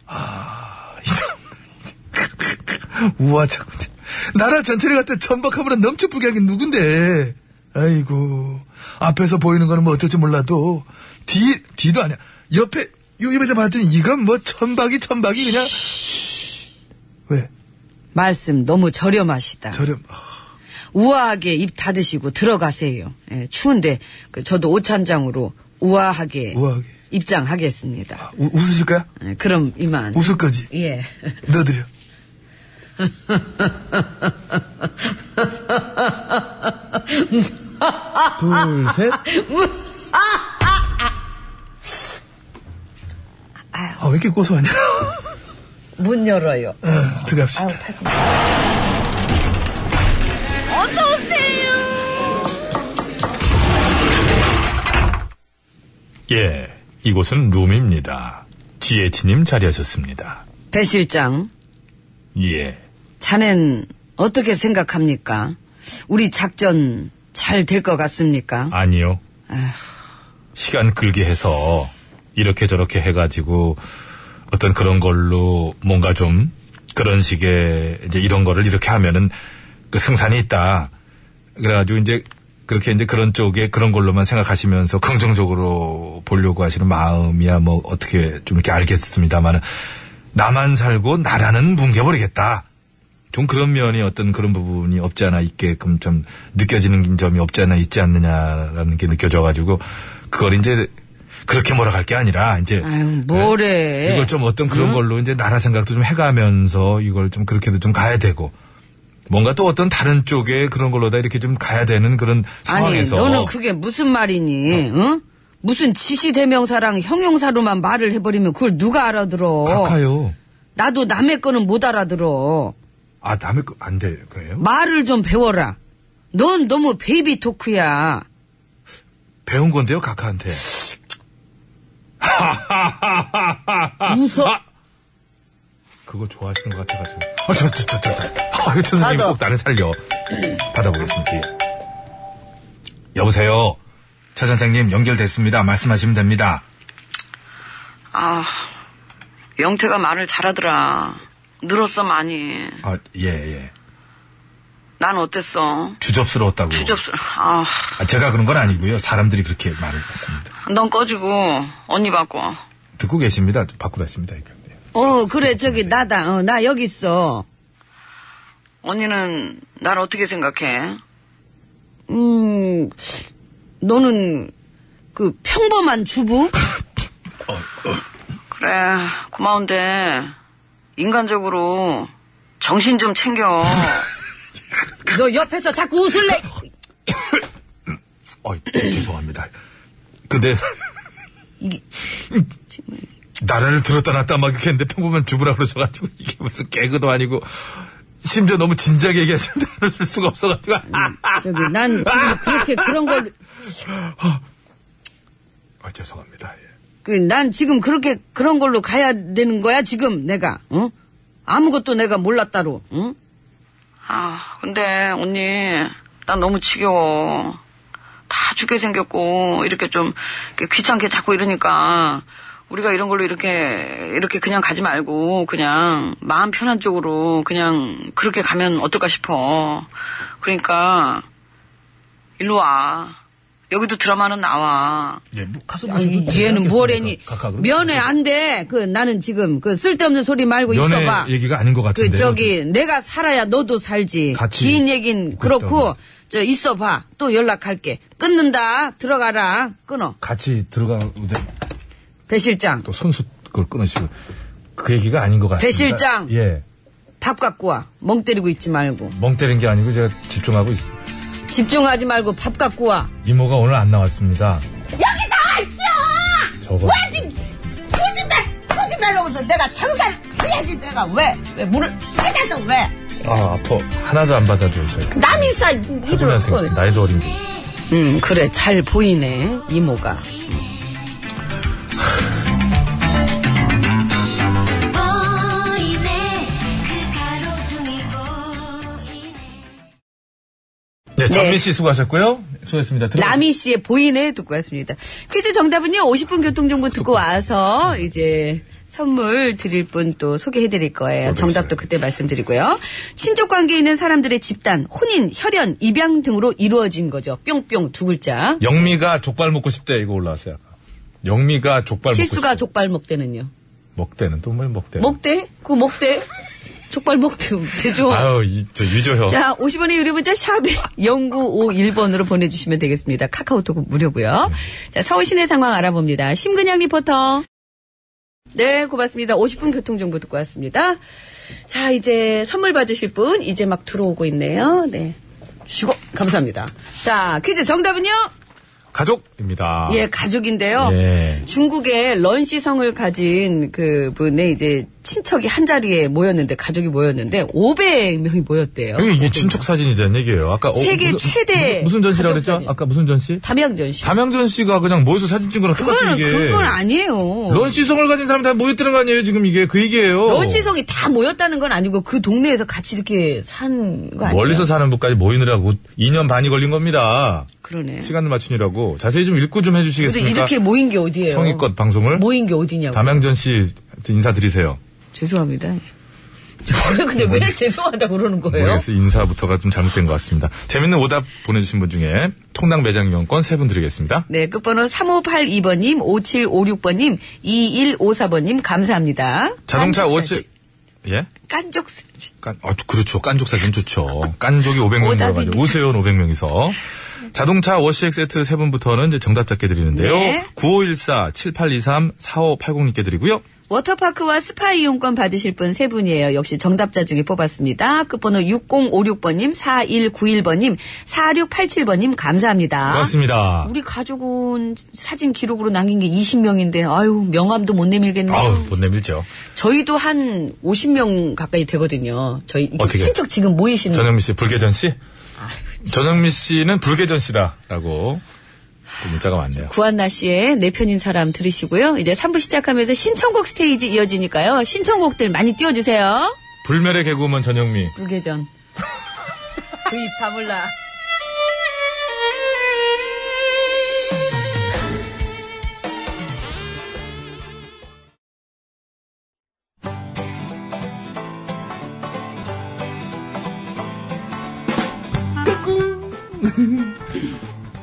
[SPEAKER 7] (laughs) 우와, 자꾸. 참. 나라 전체를 갖다 전박함으로 넘쳐불게 한 게 누군데. 아이고. 앞에서 보이는 거는 뭐 어떨지 몰라도, 뒤, 뒤도 아니야. 옆에, 요 입에서 봤더니 이건 뭐 천박이 천박이 그냥. 왜?
[SPEAKER 2] 말씀 너무 저렴하시다.
[SPEAKER 7] 저렴.
[SPEAKER 2] 우아하게 입 닫으시고 들어가세요. 예, 추운데, 그 저도 옷찬장으로 우아하게,
[SPEAKER 7] 우아하게. 아.
[SPEAKER 2] 입장하겠습니다.
[SPEAKER 7] 우, 웃으실 거야?
[SPEAKER 2] 예, 그럼 이만.
[SPEAKER 7] 웃을 거지?
[SPEAKER 2] 예.
[SPEAKER 7] 넣어드려.
[SPEAKER 1] 둘, 셋.
[SPEAKER 7] 아, 왜 이렇게 고소하냐?
[SPEAKER 2] 문 열어요.
[SPEAKER 7] 어, 들어갑시다.
[SPEAKER 1] 예, 이곳은 룸입니다. 지혜치님 자리하셨습니다.
[SPEAKER 2] 배 실장.
[SPEAKER 1] 예.
[SPEAKER 2] 자넨 어떻게 생각합니까? 우리 작전 잘 될 것 같습니까?
[SPEAKER 1] 아니요. 시간 끌기 해서 이렇게 저렇게 해가지고 어떤 그런 걸로 뭔가 좀 그런 식의 이제 이런 거를 이렇게 하면은 그 승산이 있다. 그래가지고 이제 그렇게 이제 그런 쪽에 그런 걸로만 생각하시면서 긍정적으로 보려고 하시는 마음이야 뭐 어떻게 좀 이렇게 알겠습니다만은 나만 살고 나라는 뭉개버리겠다. 좀 그런 면이 어떤 그런 부분이 없지 않아 있게끔 좀 느껴지는 점이 없지 않아 있지 않느냐라는 게 느껴져가지고 그걸 이제 그렇게 몰아갈 게 아니라 이제
[SPEAKER 2] 아유, 네. 음. 뭐래.
[SPEAKER 1] 네. 이걸 좀 어떤 그런 걸로 이제 나라 생각도 좀 해가면서 이걸 좀 그렇게도 좀 가야 되고 뭔가 또 어떤 다른 쪽에 그런 걸로다 이렇게 좀 가야 되는 그런
[SPEAKER 2] 아니,
[SPEAKER 1] 상황에서
[SPEAKER 2] 너는 그게 무슨 말이니? 응? 무슨 지시 대명사랑 형용사로만 말을 해버리면 그걸 누가 알아들어?
[SPEAKER 1] 각하요.
[SPEAKER 2] 나도 남의 거는 못 알아들어.
[SPEAKER 1] 아 남의 거안될 거예요?
[SPEAKER 2] 말을 좀 배워라. 넌 너무 베이비 토크야.
[SPEAKER 1] 배운 건데요 각하한테. 아,
[SPEAKER 2] 웃어.
[SPEAKER 1] 그거 좋아하시는 것 같아가지고. 아, 저, 저, 저, 저, 저. 아, 이거 저 선생님
[SPEAKER 2] 받아.
[SPEAKER 1] 꼭 나를 살려. 받아보겠습니다. 예. 여보세요. 차 선생님 연결됐습니다. 말씀하시면 됩니다.
[SPEAKER 2] 아, 영태가 말을 잘하더라. 늘었어, 많이.
[SPEAKER 1] 아, 예, 예.
[SPEAKER 2] 난 어땠어?
[SPEAKER 1] 주접스러웠다고.
[SPEAKER 2] 주접스, 아,
[SPEAKER 1] 아, 제가 그런 건 아니고요. 사람들이 그렇게 말을 했습니다.
[SPEAKER 2] 넌 꺼지고, 언니 바꿔.
[SPEAKER 1] 듣고 계십니다. 바꾸라 했습니다. 그러니까. 예.
[SPEAKER 2] 어, 그래, 저기, 나다. 어, 나 여기 있어.
[SPEAKER 8] 언니는 날 어떻게 생각해?
[SPEAKER 2] 음, 너는 그 평범한 주부?
[SPEAKER 8] 그래, 고마운데, 인간적으로 정신 좀 챙겨.
[SPEAKER 2] 너 옆에서 자꾸 웃을래?
[SPEAKER 1] 어, 죄송합니다. 근데
[SPEAKER 2] 이게-
[SPEAKER 1] 나라를 들었다 놨다 막 이렇게 했는데 평범한 주부라 그러셔가지고 이게 무슨 개그도 아니고 심지어 너무 진지하게 얘기하시는데 나를 쓸 수가 없어가지고 아,
[SPEAKER 2] 저기 난 지금 그렇게 그런 걸,
[SPEAKER 1] 아, 죄송합니다. 예.
[SPEAKER 2] 그 난 지금 그렇게 그런 걸로 가야 되는 거야 지금 내가, 응? 아무것도 내가 몰랐다로, 어? 응?
[SPEAKER 8] 아, 근데 언니, 난 너무 지겨워. 다 죽게 생겼고, 이렇게 좀 이렇게 귀찮게 자꾸 이러니까, 우리가 이런 걸로 이렇게, 이렇게 그냥 가지 말고, 그냥 마음 편한 쪽으로 그냥 그렇게 가면 어떨까 싶어. 그러니까, 일로 와. 여기도 드라마는 나와.
[SPEAKER 1] 예, 뭐 가서
[SPEAKER 2] 아니, 얘는 뭐래니?
[SPEAKER 1] 각각으로?
[SPEAKER 2] 면회 안 돼. 그 나는 지금 그 쓸데없는 소리 말고
[SPEAKER 1] 연애
[SPEAKER 2] 있어봐.
[SPEAKER 1] 얘기가 아닌 것 같은데.
[SPEAKER 2] 그 저기 내가 살아야 너도 살지.
[SPEAKER 1] 같이
[SPEAKER 2] 긴 얘긴 그렇고 저 있어봐. 또 연락할게. 끊는다. 들어가라. 끊어.
[SPEAKER 1] 같이 들어가는데
[SPEAKER 2] 배 실장
[SPEAKER 1] 또 선수 그걸 끊으시고 그 얘기가 아닌 것 같습니다.
[SPEAKER 2] 실장.
[SPEAKER 1] 예.
[SPEAKER 2] 밥 갖고 와. 멍 때리고 있지 말고
[SPEAKER 1] 멍 때린 게 아니고 제가 집중하고 있,
[SPEAKER 2] 집중하지 말고 밥 갖고 와.
[SPEAKER 1] 이모가 오늘 안 나왔습니다. 여기 나왔어! 저거.
[SPEAKER 3] 거짓말! 거짓말로 하고서 내가 장사를 해야지 내가 왜? 왜 물을 빼다 너 왜?
[SPEAKER 1] 아, 아파. 하나도 안 받아줘요, 저희.
[SPEAKER 3] 남이 싸
[SPEAKER 1] 하지만
[SPEAKER 3] 이럴 거
[SPEAKER 1] 생각, 나이도 어린 게.
[SPEAKER 2] 음 그래 잘 보이네 이모가.
[SPEAKER 1] 네, 전민 씨 수고하셨고요. 수고했습니다. 들어-
[SPEAKER 2] 남희 씨의 보이네 듣고 왔습니다. 퀴즈 정답은요. 50분 교통정보 듣고 와서 이제 선물 드릴 분 또 소개해 드릴 거예요. 정답도 그때 말씀드리고요. 친족 관계에 있는 사람들의 집단, 혼인, 혈연, 입양 등으로 이루어진 거죠. 뿅뿅 두 글자.
[SPEAKER 1] 영미가 족발 먹고 싶대, 이거 올라왔어요. 아까. 영미가 족발
[SPEAKER 2] 실수가
[SPEAKER 1] 먹고 네. 싶대.
[SPEAKER 2] 족발 먹대는요.
[SPEAKER 1] 먹대는 또뭐 먹대.
[SPEAKER 2] 먹대? 그거 먹대? 족발 먹대 (laughs) 되죠.
[SPEAKER 1] 아유, 이, 저 유저형.
[SPEAKER 2] 뭐- 자, 50원의 유료 문자 샵에 0951번으로 보내주시면 되겠습니다. 카카오톡 무료고요. 자, 서울 시내 상황 알아봅니다. 심근양 리포터. 네, 고맙습니다. 50분 교통정보 듣고 왔습니다. 자, 이제 선물 받으실 분 이제 막 들어오고 있네요. 네. 쉬고 감사합니다. 자, 퀴즈 정답은요?
[SPEAKER 1] 가족입니다.
[SPEAKER 2] 예, 가족인데요.
[SPEAKER 1] 아. 예.
[SPEAKER 2] 중국의 런시성을 가진 그 분의 이제 친척이 한 자리에 모였는데 가족이 모였는데 500명이 모였대요.
[SPEAKER 1] 이게, 이게 친척 사진이라는 얘기예요. 아까 어,
[SPEAKER 2] 음. 세계
[SPEAKER 1] 무슨-
[SPEAKER 2] 최대
[SPEAKER 1] 무슨, 무슨 전시라고
[SPEAKER 2] 가족
[SPEAKER 1] 그랬죠?
[SPEAKER 2] 사진.
[SPEAKER 1] 아까 무슨 전시?
[SPEAKER 2] 담양전 씨.
[SPEAKER 1] 담양전 씨가 그냥 모여서 사진 찍은 거랑 똑같은
[SPEAKER 2] 그건
[SPEAKER 1] 게.
[SPEAKER 2] 그건 아니에요.
[SPEAKER 1] 런시성을 가진 사람이 다 모였다는 거 아니에요, 지금 이게. 그 얘기예요.
[SPEAKER 2] 런시성이 다 모였다는 건 아니고 그 동네에서 같이 이렇게 산 거 아니에요?
[SPEAKER 1] 멀리서 사는 분까지 모이느라고 2년 반이 걸린 겁니다.
[SPEAKER 2] 그러네.
[SPEAKER 1] 시간을 맞추느라고. 자세히 좀 읽고 좀
[SPEAKER 2] 그래서
[SPEAKER 1] 해주시겠습니까?
[SPEAKER 2] 이렇게 모인 게 어디예요? 뭐
[SPEAKER 1] 성의껏 방송을.
[SPEAKER 2] 모인 게 어디냐고.
[SPEAKER 1] 담양전 씨 인사드리세요.
[SPEAKER 2] 죄송합니다. (laughs) 저 근데 왜 죄송하다 고 그러는 거예요?
[SPEAKER 1] 모르겠어요. 인사부터가 좀 잘못된 것 같습니다. 재밌는 오답 보내주신 분 중에 통당 매장 이용권 세 분 드리겠습니다.
[SPEAKER 2] 네, 끝번호 3582번님, 5756번님, 2154번님 감사합니다.
[SPEAKER 1] 자동차
[SPEAKER 2] 깐족
[SPEAKER 1] 50.
[SPEAKER 2] 사진.
[SPEAKER 1] 예?
[SPEAKER 2] 깐족 사진.
[SPEAKER 1] 깐, 아, 그렇죠. 깐족 사진 좋죠. 깐족이 500명이라고 하죠.
[SPEAKER 2] 오답이니까.
[SPEAKER 1] 오세훈 500명이서. 자동차 워시액 세트 세 분부터는 이제 정답 잡게 드리는데요.
[SPEAKER 2] 네.
[SPEAKER 1] 9514, 7823, 4580님께 드리고요.
[SPEAKER 2] 워터파크와 스파 이용권 받으실 분 세 분이에요. 역시 정답자 중에 뽑았습니다. 끝번호 6056번님, 4191번님, 4687번님 감사합니다.
[SPEAKER 1] 고맙습니다.
[SPEAKER 2] 우리 가족은 사진 기록으로 남긴 게 20명인데 아유 명함도 못 내밀겠네요.
[SPEAKER 1] 아우, 못 내밀죠.
[SPEAKER 2] 저희도 한 50명 가까이 되거든요. 저희 이렇게
[SPEAKER 1] 어떻게?
[SPEAKER 2] 친척 지금
[SPEAKER 9] 네.
[SPEAKER 2] 모이시는
[SPEAKER 1] 전영미 씨, 불계전 씨? 전영미 씨는 불계전 씨다라고 또 문자가 왔네요.
[SPEAKER 2] 구한나 씨의 내 편인 사람 들으시고요. 이제 3부 시작하면서 신청곡 스테이지 이어지니까요. 신청곡들 많이 띄워주세요.
[SPEAKER 1] 불멸의 개구먼 전영미. (laughs)
[SPEAKER 2] 불계전. 그입 다물라.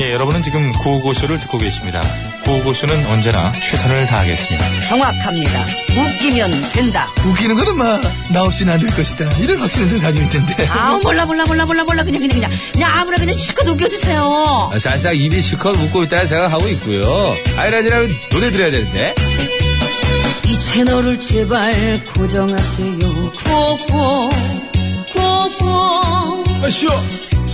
[SPEAKER 1] 예, 여러분은 지금 구호고쇼를 듣고 계십니다. 구호고쇼는 언제나 최선을 다하겠습니다.
[SPEAKER 2] 정확합니다. 웃기면 된다.
[SPEAKER 7] 웃기는 거는 뭐 막나 없이는 안 될 것이다. 이런 확신을 늘 가지고 있던데. (laughs)
[SPEAKER 2] 아 몰라 몰라 몰라 몰라 몰라 그냥 그냥 그냥 그냥 아무나 그냥 실컷 웃겨주세요.
[SPEAKER 10] 사실상 아, 입이 실컷 웃고 있다는 생각하고 있고요. 아이라지라면 노래 들어야 되는데.
[SPEAKER 2] 이 채널을 제발 고정하세요. 구호구호 구호구호
[SPEAKER 1] 아쇼!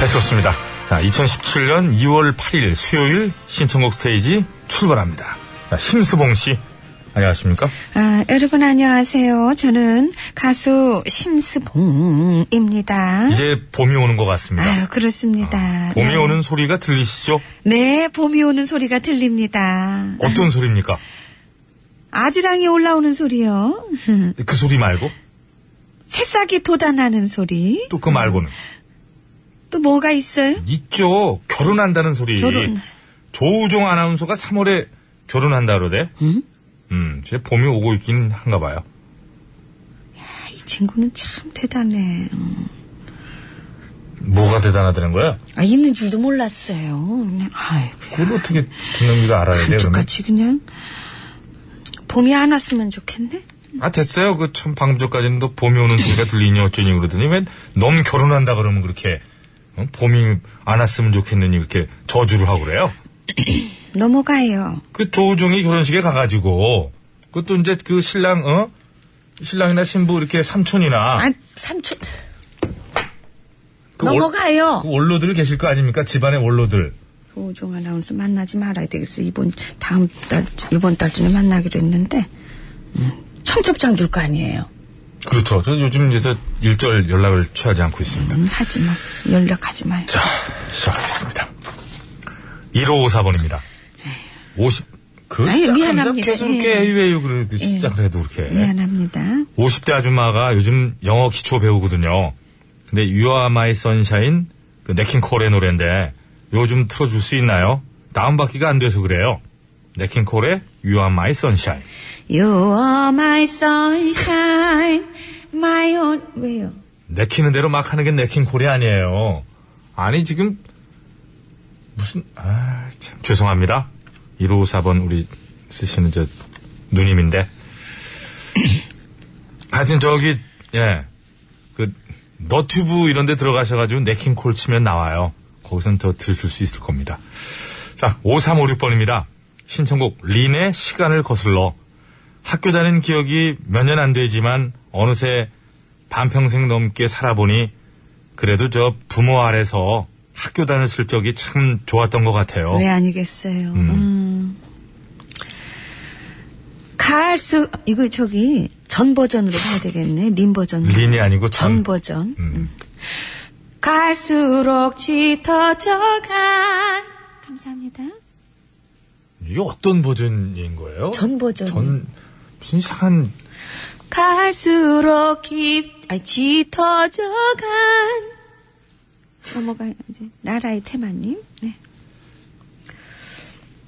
[SPEAKER 1] 네, 좋습니다. 자, 2017년 2월 8일 수요일 신청곡 스테이지 출발합니다. 자, 심수봉 씨, 안녕하십니까?
[SPEAKER 9] 아, 여러분 안녕하세요. 저는 가수 심스봉입니다.
[SPEAKER 1] 이제 봄이 오는 것 같습니다.
[SPEAKER 9] 아유, 그렇습니다.
[SPEAKER 1] 봄이
[SPEAKER 9] 네.
[SPEAKER 1] 오는 소리가 들리시죠?
[SPEAKER 9] 네, 봄이 오는 소리가 들립니다.
[SPEAKER 1] 어떤 소리입니까?
[SPEAKER 9] 아지랑이 올라오는 소리요. (laughs)
[SPEAKER 1] 그 소리 말고?
[SPEAKER 9] 새싹이 돋아나는 소리.
[SPEAKER 1] 또 그 말고는?
[SPEAKER 9] 또 뭐가 있어요?
[SPEAKER 1] 있죠. 결혼한다는 소리.
[SPEAKER 9] 결혼.
[SPEAKER 1] 조우종 아나운서가 3월에 결혼한다 그러대. 음? 음, 이제 봄이 오고 있긴 한가 봐요.
[SPEAKER 9] 아, 이 친구는 참 대단해. 음.
[SPEAKER 1] 뭐가 대단하다는 거야?
[SPEAKER 9] 아, 있는 줄도 몰랐어요. 네, 아이고.
[SPEAKER 1] 그걸 어떻게 듣는지가 알아야 돼요, 그러면.
[SPEAKER 9] 한쪽같이 그냥 봄이 안 왔으면 좋겠네.
[SPEAKER 1] 아, 됐어요. 그 참 방금 전까지는 너 봄이 오는 소리가 들리니 어쩌니 그러더니 왜 넌 결혼한다 그러면 그렇게 어? 봄이 안 왔으면 좋겠느니 이렇게 저주를 하고 그래요.
[SPEAKER 9] 넘어가요.
[SPEAKER 1] 그 조우종이 결혼식에 가가지고 그것도 이제 그 신랑 어 신랑이나 신부 이렇게 삼촌이나
[SPEAKER 2] 아 삼촌
[SPEAKER 1] 그 월-
[SPEAKER 2] 넘어가요.
[SPEAKER 1] 그 원로들 계실 거 아닙니까? 집안의 원로들.
[SPEAKER 9] 조종 아나운서 만나지 말아야 되겠어. 이번 다음 달 이번 달쯤에 만나기로 했는데 음,
[SPEAKER 2] 청첩장 줄 거 아니에요.
[SPEAKER 1] 그렇죠. 저는 요즘 에서 일절 연락을 취하지 않고 있습니다.
[SPEAKER 9] 음, 하지 마. 연락하지 마요.
[SPEAKER 1] 자, 시작하겠습니다. 1554번입니다. 50, 그,
[SPEAKER 9] 아유,
[SPEAKER 1] 시작한다?
[SPEAKER 9] 미안합니다.
[SPEAKER 1] 계속
[SPEAKER 9] 예.
[SPEAKER 1] 깨유해요. 그래, 그 시작을 해도 그렇게.
[SPEAKER 9] 미안합니다.
[SPEAKER 1] 50대 아줌마가 요즘 영어 기초 배우거든요. 근데 You Are My Sunshine, 그 네킹콜의 노래인데 요즘 틀어줄 수 있나요? 다운받기가 안 돼서 그래요. 네킹콜의 You Are My Sunshine.
[SPEAKER 9] You are my sunshine, my own. 왜요?
[SPEAKER 1] 내키는 대로 막 하는 게 내킹콜이 아니에요. 아니, 지금, 무슨, 아, 참. 죄송합니다. 154번 우리 쓰시는 저, 누님인데. (clears throat) 하여튼 저기, 예. 그, 너튜브 이런 데 들어가셔가지고 내킹콜 치면 나와요. 거기선 더 들을 수 있을 겁니다. 자, 5356번입니다. 신청곡, 린의 시간을 거슬러. 학교 다닌 기억이 몇 년 안 되지만 어느새 반평생 넘게 살아보니 그래도 저 부모 아래서 학교 다녔을 적이 참 좋았던 것 같아요.
[SPEAKER 9] 왜 아니겠어요. 음. 갈수 이거 저기 전 버전으로 봐야 되겠네. 린 버전.
[SPEAKER 1] 린이 아니고
[SPEAKER 9] 전
[SPEAKER 1] 전.
[SPEAKER 9] 버전.
[SPEAKER 1] 음.
[SPEAKER 9] 갈수록 짙어져간 감사합니다.
[SPEAKER 1] 이게 어떤 버전인 거예요?
[SPEAKER 2] 전 버전.
[SPEAKER 1] 전 무슨 이상한
[SPEAKER 2] 갈수록 깊, 아니, 짙어져간.
[SPEAKER 9] 넘어가야지. 라라의 테마님. 네.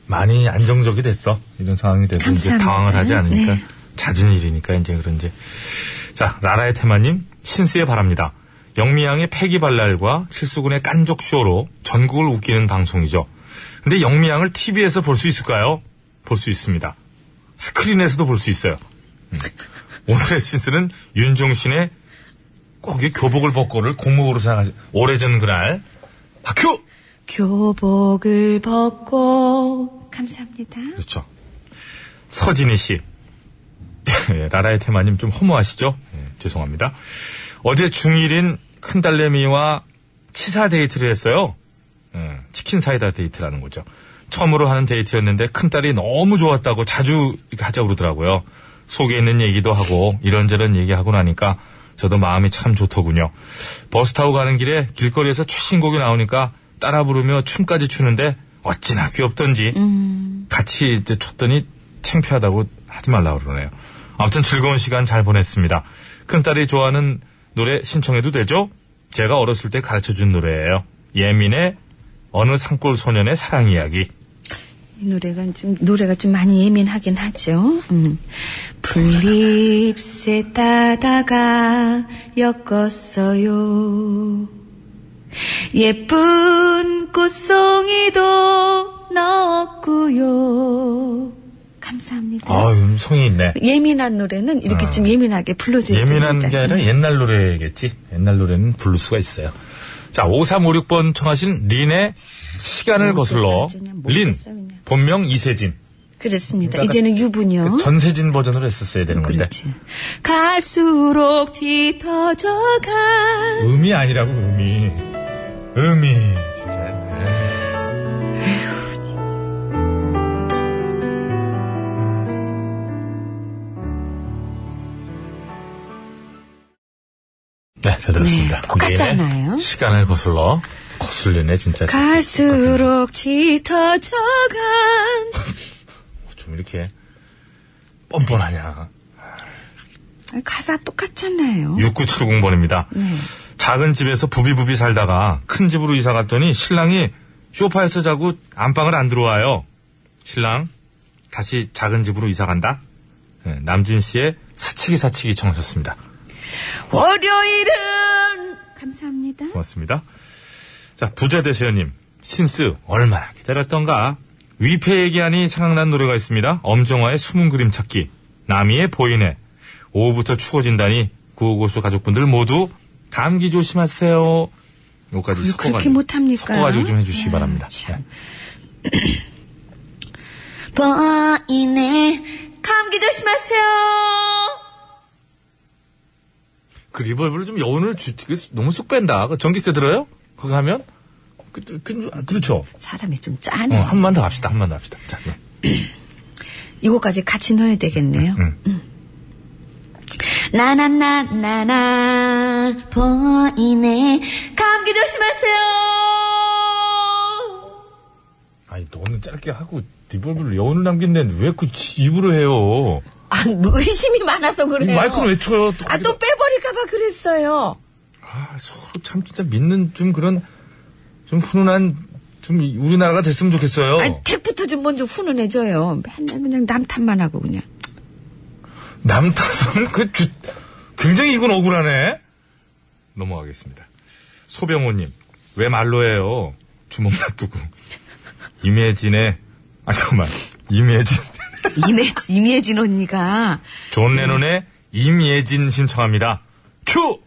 [SPEAKER 1] 많이 안정적이 됐어. 이런 상황이 돼서 이제
[SPEAKER 9] 감사합니다.
[SPEAKER 1] 당황을 하지 않으니까
[SPEAKER 9] 네.
[SPEAKER 1] 잦은 일이니까 이제 그런지. 자 라라의 테마님 신스의 바랍니다. 영미양의 패기발랄과 칠수군의 깐족쇼로 전국을 웃기는 방송이죠. 근데 영미양을 TV에서 볼 수 있을까요? 볼 수 있습니다. 스크린에서도 볼 수 있어요. 음. 오늘의 신스는 윤종신의 꼭이 교복을 벗고를 공목으로 생각하지. 오래전 그날 학교
[SPEAKER 2] 교복을 벗고.
[SPEAKER 9] 감사합니다.
[SPEAKER 1] 그렇죠. 서진희 씨. (laughs) 예, 라라의 테마님 좀 허무하시죠? 예, 죄송합니다. 어제 중1인 큰딸내미와 치사 데이트를 했어요. 예, 치킨 사이다 데이트라는 거죠. 처음으로 하는 데이트였는데 큰딸이 너무 좋았다고 자주 이렇게 하자고 그러더라고요. 속에 있는 얘기도 하고 이런저런 얘기하고 나니까 저도 마음이 참 좋더군요. 버스 타고 가는 길에 길거리에서 최신곡이 나오니까 따라 부르며 춤까지 추는데 어찌나 귀엽던지 같이 이제 쳤더니 창피하다고 하지 말라 그러네요. 아무튼 즐거운 시간 잘 보냈습니다. 큰딸이 좋아하는 노래 신청해도 되죠? 제가 어렸을 때 가르쳐 준 노래예요. 예민의 어느 산골 소년의 사랑 이야기.
[SPEAKER 9] 이 노래가 좀 노래가 좀 많이 예민하긴 하죠. 음. 풀잎새 따다가 엮었어요. 예쁜 꽃송이도 넣었고요. 감사합니다.
[SPEAKER 1] 아유, 음, 성이 있네.
[SPEAKER 9] 예민한 노래는 이렇게 좀 예민하게 불러줘야
[SPEAKER 1] 예민한
[SPEAKER 9] 됩니다.
[SPEAKER 1] 게 아니라 옛날 노래겠지. 옛날 노래는 블루스가 있어요. 자, 5356번 청하신 린의 시간을 거슬러. 린, 본명 이세진.
[SPEAKER 9] 그렇습니다. 이제는 유부녀.
[SPEAKER 1] 그러니까 전세진 네. 버전으로 했었어야
[SPEAKER 9] 음,
[SPEAKER 1] 되는 건데.
[SPEAKER 9] 그렇지. 갈수록 짙어져간
[SPEAKER 1] 음이 아니라고 음이 음이 진짜 네, 잘 들었습니다.
[SPEAKER 9] 네, 똑같지
[SPEAKER 1] 린의
[SPEAKER 9] 않아요?
[SPEAKER 1] 시간을 거슬러 거슬리네 진짜.
[SPEAKER 9] 갈수록 짙어져간
[SPEAKER 1] 좀 이렇게 뻔뻔하냐.
[SPEAKER 9] 가사 똑같잖아요.
[SPEAKER 1] 예. 6970번입니다. 작은 집에서 부비부비 살다가 큰 집으로 이사 갔더니 신랑이 쇼파에서 자고 안방을 안 들어와요. 신랑, 다시 작은 집으로 이사 간다. 네, 남준 씨의 사치기 사치기 청하셨습니다.
[SPEAKER 2] 월요일은
[SPEAKER 9] 감사합니다.
[SPEAKER 1] 고맙습니다. 자, 부자 대세연님, 신스 얼마나 기다렸던가. 위패 얘기하니 생각난 노래가 있습니다. 엄정화의 숨은 그림 찾기, 나미의 보이네. 오후부터 추워진다니 구호고수 가족분들 모두 감기 조심하세요. 요까지
[SPEAKER 9] 그걸
[SPEAKER 1] 섞어가지고
[SPEAKER 9] 그렇게 못합니까?
[SPEAKER 1] 섞어가지고 좀 해주시기
[SPEAKER 9] 아,
[SPEAKER 1] 바랍니다.
[SPEAKER 9] 참.
[SPEAKER 1] 네.
[SPEAKER 9] 보이네 감기 조심하세요.
[SPEAKER 1] 그 리벌브를 좀 여운을 주, 그 너무 쑥 뺀다. 그 전기세 들어요? 그거 하면? 그, 그, 렇죠
[SPEAKER 9] 사람이 좀 짠해.
[SPEAKER 1] 어, 한 번 더 합시다. 한 번 더 합시다. 자, 네.
[SPEAKER 9] 이거까지 같이 넣어야 되겠네요.
[SPEAKER 1] 음.
[SPEAKER 9] 나나나나나 보이네 감기 조심하세요.
[SPEAKER 1] 아니 너는 짧게 하고 리볼브를 여운을 남긴 데는 왜그 입으로 해요?
[SPEAKER 2] 아, 뭐 의심이 많아서
[SPEAKER 1] 이
[SPEAKER 2] 그래요.
[SPEAKER 1] 음, 마이크는 왜 쳐요? 또
[SPEAKER 2] 아, 또 빼버릴까봐 그랬어요.
[SPEAKER 1] 아, 서로 참 진짜 믿는 좀 그런 좀 훈훈한 좀 이- 우리나라가 됐으면 좋겠어요.
[SPEAKER 2] 아니, 택부터 좀 먼저 훈훈해줘요.
[SPEAKER 9] 맨날 그냥 남 탓만 하고 그냥.
[SPEAKER 1] 남 탓은 그 주, 굉장히 이건 억울하네. 넘어가겠습니다. 소병호님 왜 말로 해요? 주먹 놔두고 임혜진의 아 잠깐만 임혜진
[SPEAKER 2] 이미, 이미혜진 언니가.
[SPEAKER 1] 존 레논의 임예진 신청합니다. 큐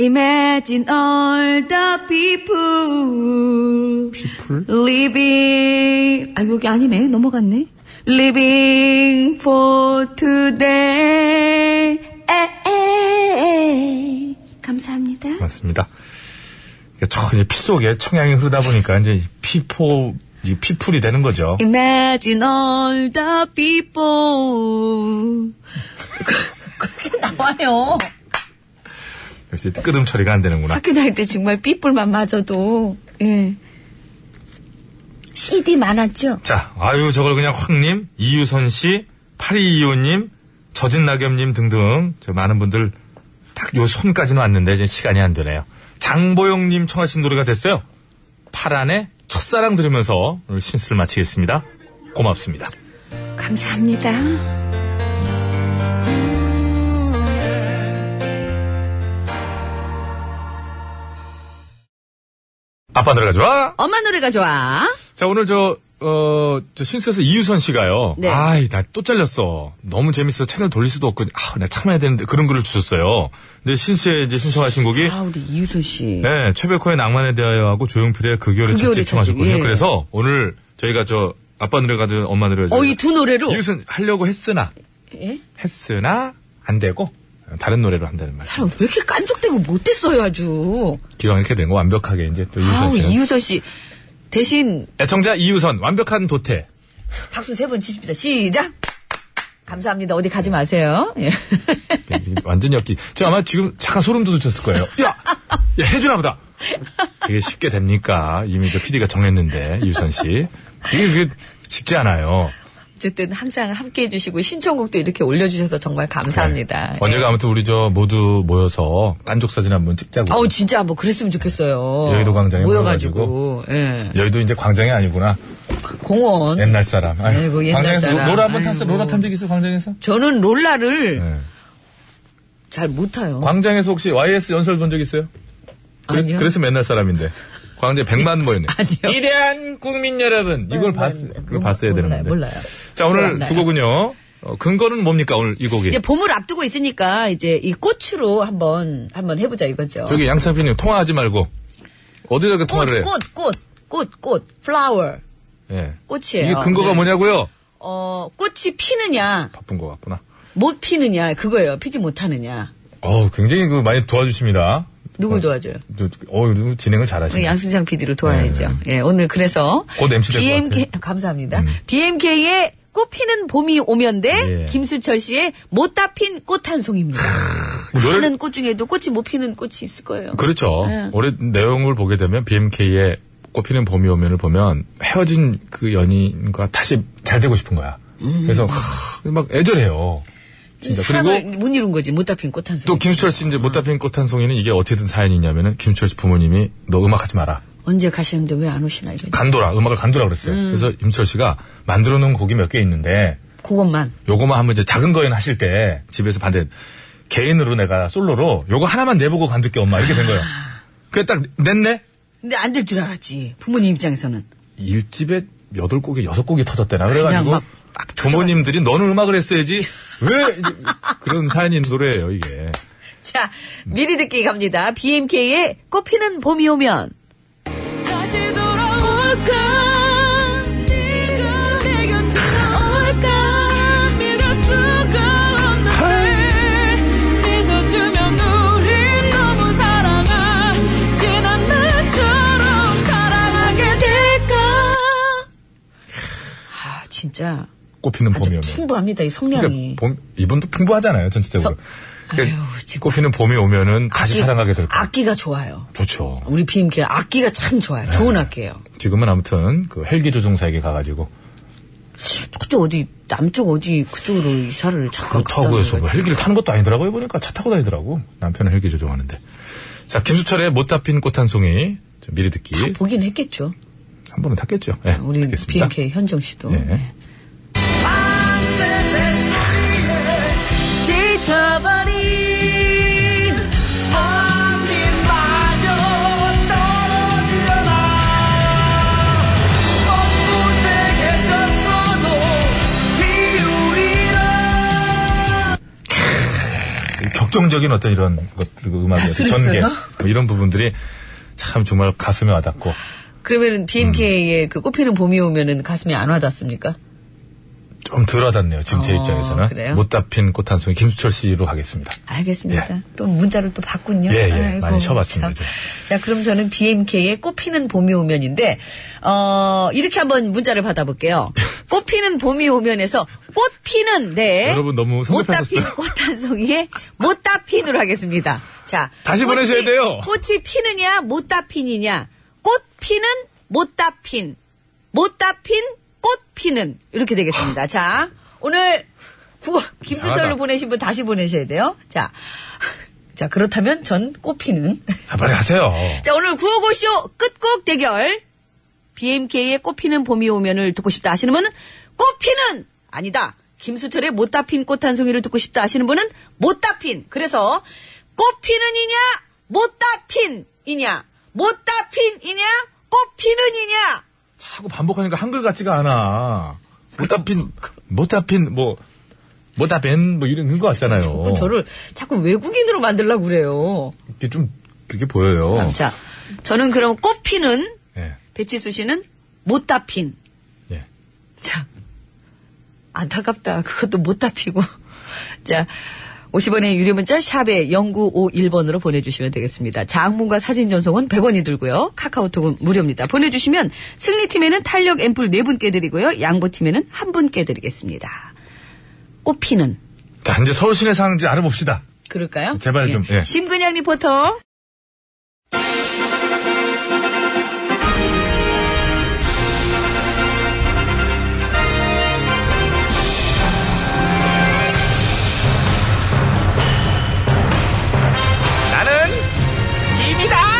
[SPEAKER 2] Imagine all the people
[SPEAKER 1] 피플
[SPEAKER 2] living. 아, 여기 아니네. 넘어갔네. Living for today. 에, 에, 에.
[SPEAKER 9] 감사합니다.
[SPEAKER 1] 맞습니다. 그러니까 저 이제 피 속에 청양이 흐르다 보니까 이제 피포 이 피풀이 되는 거죠.
[SPEAKER 2] Imagine all the people. 그렇게 나와요.
[SPEAKER 1] 역시 끄듬 아. 처리가 안 되는구나.
[SPEAKER 2] 학교 다닐 때 정말 삐뿔만 맞아도, 예.
[SPEAKER 9] CD 많았죠?
[SPEAKER 1] 자, 아유, 저걸 그냥 황님, 이유선 씨, 8225님, 젖은 낙엽님 등등, 저 많은 분들 딱 요 손까지는 왔는데 이제 시간이 안 되네요. 장보영님 청하신 노래가 됐어요. 파란의 첫사랑 들으면서 오늘 신스를 마치겠습니다. 고맙습니다.
[SPEAKER 9] 감사합니다.
[SPEAKER 1] 아빠 노래가 좋아?
[SPEAKER 2] 엄마 노래가 좋아.
[SPEAKER 1] 자, 오늘 저, 어, 저 신스에서 이유선 씨가요.
[SPEAKER 2] 네.
[SPEAKER 1] 아이, 나 또 잘렸어. 너무 재밌어. 채널 돌릴 수도 없고, 아, 나 참아야 되는데. 그런 글을 주셨어요. 근데 신스에 이제 신청하신 곡이
[SPEAKER 2] 아, 우리 이유선 씨.
[SPEAKER 1] 네, 최백호의 낭만에 대하여하고 조용필의 그 겨울의
[SPEAKER 2] 그 겨울의
[SPEAKER 1] 첫집 청하셨군요.
[SPEAKER 2] 찻집, 예.
[SPEAKER 1] 그래서 오늘 저희가 저 아빠 노래가든 엄마 노래가든
[SPEAKER 2] 어, 이 두 노래로.
[SPEAKER 1] 이것은 하려고 했으나
[SPEAKER 2] 예?
[SPEAKER 1] 했으나 안 되고 다른 노래로 한다는 말.
[SPEAKER 2] 사람 왜 이렇게 깐족대고 못됐어요, 아주.
[SPEAKER 1] 기왕 이렇게 된 거 완벽하게 이제 또 이유선
[SPEAKER 2] 아우,
[SPEAKER 1] 씨는
[SPEAKER 2] 이유선 씨. 대신
[SPEAKER 1] 애청자 이유선 완벽한 도태.
[SPEAKER 2] 박수 세 번 치십니다. 시작! 감사합니다. 어디 가지 마세요. 예. (laughs)
[SPEAKER 1] 네, 완전 엮기. 저 아마 지금 잠깐 소름 돋으셨을 거예요. 야, 야 해주나 보다. 이게 쉽게 됩니까? 이미 저 PD가 정했는데 이유선 씨. 이게 그게 쉽지 않아요.
[SPEAKER 2] 어쨌든 항상 함께 해주시고 신청곡도 이렇게 올려주셔서 정말 감사합니다. 예.
[SPEAKER 1] 네. 언제가 아무튼 우리 저 모두 모여서 깐족 사진 한번 찍자고.
[SPEAKER 2] 아우 진짜 뭐 그랬으면 좋겠어요.
[SPEAKER 1] 어, 여의도 광장에
[SPEAKER 2] 모여가지고, 예.
[SPEAKER 1] 여의도 이제 광장이 아니구나.
[SPEAKER 2] 공원.
[SPEAKER 1] 옛날 사람. 아유,
[SPEAKER 2] 아이고, 옛날
[SPEAKER 1] 광장에서
[SPEAKER 2] 사람.
[SPEAKER 1] 로라 한번 탔어.
[SPEAKER 2] 아이고.
[SPEAKER 1] 로라 탄 적 있어 광장에서?
[SPEAKER 2] 저는 롤라를
[SPEAKER 1] 네.
[SPEAKER 2] 잘 못 타요.
[SPEAKER 1] 광장에서 혹시 YS 연설 본 적 있어요? 그래서,
[SPEAKER 2] 아니요.
[SPEAKER 1] 그래서 맨날 사람인데. 광장에 100만 모였네.
[SPEAKER 2] 아니요. 뭐
[SPEAKER 1] 이대한 국민 여러분. 이걸 봤, 그걸 봤어야
[SPEAKER 2] 음, 몰라요,
[SPEAKER 1] 되는데.
[SPEAKER 2] 몰라요.
[SPEAKER 1] 자, 오늘
[SPEAKER 2] 몰라요.
[SPEAKER 1] 두 곡은요. 어, 근거는 뭡니까, 오늘 이 곡이?
[SPEAKER 2] 네, 이제 뭐- 봄을 앞두고 있으니까 이제 이 꽃으로 한번 한번 해보자 이거죠.
[SPEAKER 1] 저기 양창빈님 통화하지 말고. 어디다 이렇게 통화를 해요?
[SPEAKER 2] 꽃, 꽃, 꽃, 꽃, 꽃, flower.
[SPEAKER 1] 예.
[SPEAKER 2] 꽃이에요.
[SPEAKER 1] 이게 근거가
[SPEAKER 2] 네.
[SPEAKER 1] 뭐냐고요?
[SPEAKER 2] 어, 꽃이 피느냐,
[SPEAKER 1] 바쁜 것 같구나.
[SPEAKER 2] 못 피느냐, 그거예요. 피지 못하느냐.
[SPEAKER 1] 어 굉장히 그 많이 도와주십니다.
[SPEAKER 2] 누굴
[SPEAKER 1] 어,
[SPEAKER 2] 도와줘요?
[SPEAKER 1] 저, 어, 이거 진행을 잘하시네.
[SPEAKER 2] 그 양승장 PD를 도와야죠.
[SPEAKER 1] 네,
[SPEAKER 2] 예, 오늘 그래서.
[SPEAKER 1] 곧 MC 될것 음.
[SPEAKER 2] BMK, (laughs) 감사합니다. BMK의 꽃피는 봄이 오면데,
[SPEAKER 1] 예.
[SPEAKER 2] 김수철 씨의 못 다 핀 꽃 한 송입니다.
[SPEAKER 1] (laughs) 뭐 노래를-
[SPEAKER 2] 많은 꽃 중에도 꽃이 못 피는 꽃이 있을 거예요.
[SPEAKER 1] 그렇죠.
[SPEAKER 2] 네.
[SPEAKER 1] 올해 내용을 보게 되면 BMK의 꽃피는 봄이 오면을 보면 헤어진 그 연인과 다시 잘 되고 싶은 거야. 그래서 하, 막 애절해요. 진짜.
[SPEAKER 2] 음. 사랑을
[SPEAKER 1] 그리고
[SPEAKER 2] 못 이룬 거지, 못 다 핀 꽃 한 송.
[SPEAKER 1] 또 김수철 씨 이제 못다 핀 꽃 한 송이는 이게 어떻게든 사연이냐면은 김수철 씨 부모님이 너 음악하지 마라.
[SPEAKER 2] 언제 가시는데 왜 안 오시나, 이러지.
[SPEAKER 1] 간도라. 음악을 간도라 그랬어요. 그래서 김수철 씨가 만들어 놓은 곡이 몇 개 있는데
[SPEAKER 2] 그것만.
[SPEAKER 1] 요거만 한번 이제 작은 거연 하실 때 집에서 반대 개인으로 내가 솔로로 요거 하나만 내보고 관둘게 엄마 이렇게 된 거예요. 그게 딱 냈네.
[SPEAKER 2] 근데 안 될 줄 알았지. 부모님 입장에서는.
[SPEAKER 1] 일집에 여덟 곡에 여섯 곡이 터졌대나 그래가지고
[SPEAKER 2] 막- 막 터져가지고.
[SPEAKER 1] 부모님들이 너는 음악을 했어야지 왜 (laughs) 이제 그런 사연인 노래예요 이게.
[SPEAKER 2] 자, 미리 듣기 갑니다. BMK의 꽃피는 봄이 오면. 아, 진짜
[SPEAKER 1] 꽃피는 봄이 오면.
[SPEAKER 2] 풍부합니다, 이 성량이.
[SPEAKER 1] 그러니까 봄, 이분도 풍부하잖아요 전체적으로.
[SPEAKER 2] 서-
[SPEAKER 1] 그러니까
[SPEAKER 2] 아유, 진짜.
[SPEAKER 1] 꽃피는 봄이 오면은 다시
[SPEAKER 2] 악기-
[SPEAKER 1] 사랑하게 될 거예요.
[SPEAKER 2] 악기가 좋아요.
[SPEAKER 1] 좋죠.
[SPEAKER 2] 우리 BMK 악기가 참
[SPEAKER 1] 네.
[SPEAKER 2] 좋아요. 좋은 악기예요.
[SPEAKER 1] 지금은 아무튼 그 헬기 조종사에게 가가지고
[SPEAKER 2] 그쪽 어디 남쪽 어디 그쪽으로 이사를 잠깐
[SPEAKER 1] 그렇다고
[SPEAKER 2] 갔다
[SPEAKER 1] 해서 뭐
[SPEAKER 2] 오는 거예요.
[SPEAKER 1] 헬기를 타는 것도 아니더라고요. 보니까 차 타고 다니더라고. 남편은 헬기 조종하는데. 자, 김수철의 못다 핀 꽃 한 송이 좀 미리 듣기
[SPEAKER 2] 다 보긴 했겠죠.
[SPEAKER 1] 한 번은 탔겠죠. 예,
[SPEAKER 2] 우리
[SPEAKER 1] 듣겠습니다.
[SPEAKER 2] BMK 현정 씨도.
[SPEAKER 1] 예.
[SPEAKER 2] 지쳐버린
[SPEAKER 1] 격정적인 어떤 이런 것, 그 음악의 어떤 전개 뭐 이런 부분들이 참 정말 가슴에 와닿고
[SPEAKER 2] 그러면은 BMK의 그 꽃피는 봄이 오면은 가슴이 안 와닿습니까?
[SPEAKER 1] 좀 덜 와닿네요. 지금 제
[SPEAKER 2] 어,
[SPEAKER 1] 입장에서는
[SPEAKER 2] 그래요?
[SPEAKER 1] 못다 핀 꽃 한 송이 김수철 씨로 하겠습니다.
[SPEAKER 2] 알겠습니다. 또 문자를 또 봤군요.
[SPEAKER 1] 예, 예. 많이 쳐봤습니다, 이제.
[SPEAKER 2] 참. 자, 그럼 저는 BMK의 꽃피는 봄이 오면인데, 어, 이렇게 한번 문자를
[SPEAKER 1] (laughs)
[SPEAKER 2] 받아볼게요. 꽃피는 봄이 오면에서 꽃피는, 네.
[SPEAKER 1] 여러분 너무 성급하셨어요.
[SPEAKER 2] 못다핀 꽃 한 송이에 못다핀으로 하겠습니다. 자.
[SPEAKER 1] 다시
[SPEAKER 2] 꽃이-
[SPEAKER 1] 보내셔야 돼요.
[SPEAKER 2] 꽃이 피느냐, 못다핀이냐. 꽃피는 못다핀. 못다 핀 꽃 피는 이렇게 되겠습니다. 자, 오늘 국어 김수철로
[SPEAKER 9] 이상하다.
[SPEAKER 2] 보내신 분 다시 보내셔야 돼요. 자, 자 그렇다면 전 꽃 피는. (laughs)
[SPEAKER 9] 아, 빨리 하세요.
[SPEAKER 2] 자, 오늘 구호고쇼 끝곡 대결. BMK의 꽃피는 봄이 오면을 듣고 싶다 하시는 분은 꽃피는 아니다. 김수철의 못다 핀 꽃 한 송이를 듣고 싶다 하시는 분은 못다 핀. 그래서 꽃피는이냐 못다 핀이냐 못다 핀이냐 꽃피는이냐
[SPEAKER 9] 자꾸 반복하니까 한글 같지가 않아. 못 답힌, 못 답힌, 뭐, 못 답힌, 뭐 이런 거 같잖아요.
[SPEAKER 1] 어.
[SPEAKER 2] 자꾸 저를 자꾸 외국인으로 만들려고 그래요.
[SPEAKER 9] 이게 좀, 그렇게
[SPEAKER 1] 어.
[SPEAKER 9] 보여요.
[SPEAKER 2] 자, 저는 그럼 꽃피는
[SPEAKER 9] 예.
[SPEAKER 2] 배치수 씨는 못다 핀.
[SPEAKER 9] 예.
[SPEAKER 2] 자, 안타깝다. 그것도 못 다 피고. 자, 50원의 유료 문자 샵에 0951번으로 보내주시면 되겠습니다. 장문과 사진 전송은 100원이 들고요. 카카오톡은 무료입니다. 보내주시면 승리팀에는 탄력 앰플 4분께 드리고요. 양보팀에는 1분께 드리겠습니다. 꽃피는.
[SPEAKER 9] 자, 이제 서울 시내 상황 이제 알아봅시다.
[SPEAKER 2] 그럴까요?
[SPEAKER 9] 제발 좀, 예.
[SPEAKER 2] 심근양 리포터.
[SPEAKER 1] 나는 짐이다.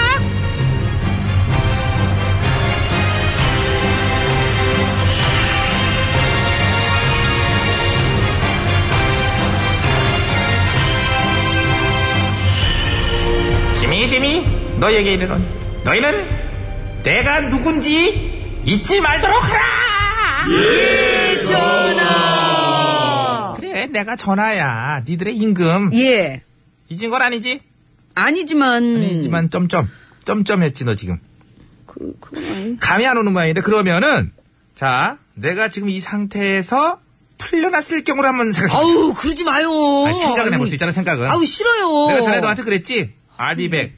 [SPEAKER 1] 짐이 짐이 너에게 이르노니 너희는 내가 누군지 잊지 말도록 하라.
[SPEAKER 2] 예, 전화.
[SPEAKER 1] 그래 내가 전화야. 니들의 임금
[SPEAKER 2] 예. 음.
[SPEAKER 1] 잊은 건 아니지?
[SPEAKER 2] 아니지만.
[SPEAKER 1] 이지만 점점 점점했지 너 지금.
[SPEAKER 2] 그,
[SPEAKER 1] 감이 안 오는 모양인데 그러면은 자 내가 지금 이 상태에서 풀려났을 경우를 한번 생각해. 보자.
[SPEAKER 2] 아우, 그러지 마요.
[SPEAKER 1] 아니, 생각은 해볼 수 있잖아 생각은.
[SPEAKER 2] 아우, 음. 싫어요.
[SPEAKER 1] 내가 전에 너한테 그랬지. I'll be back.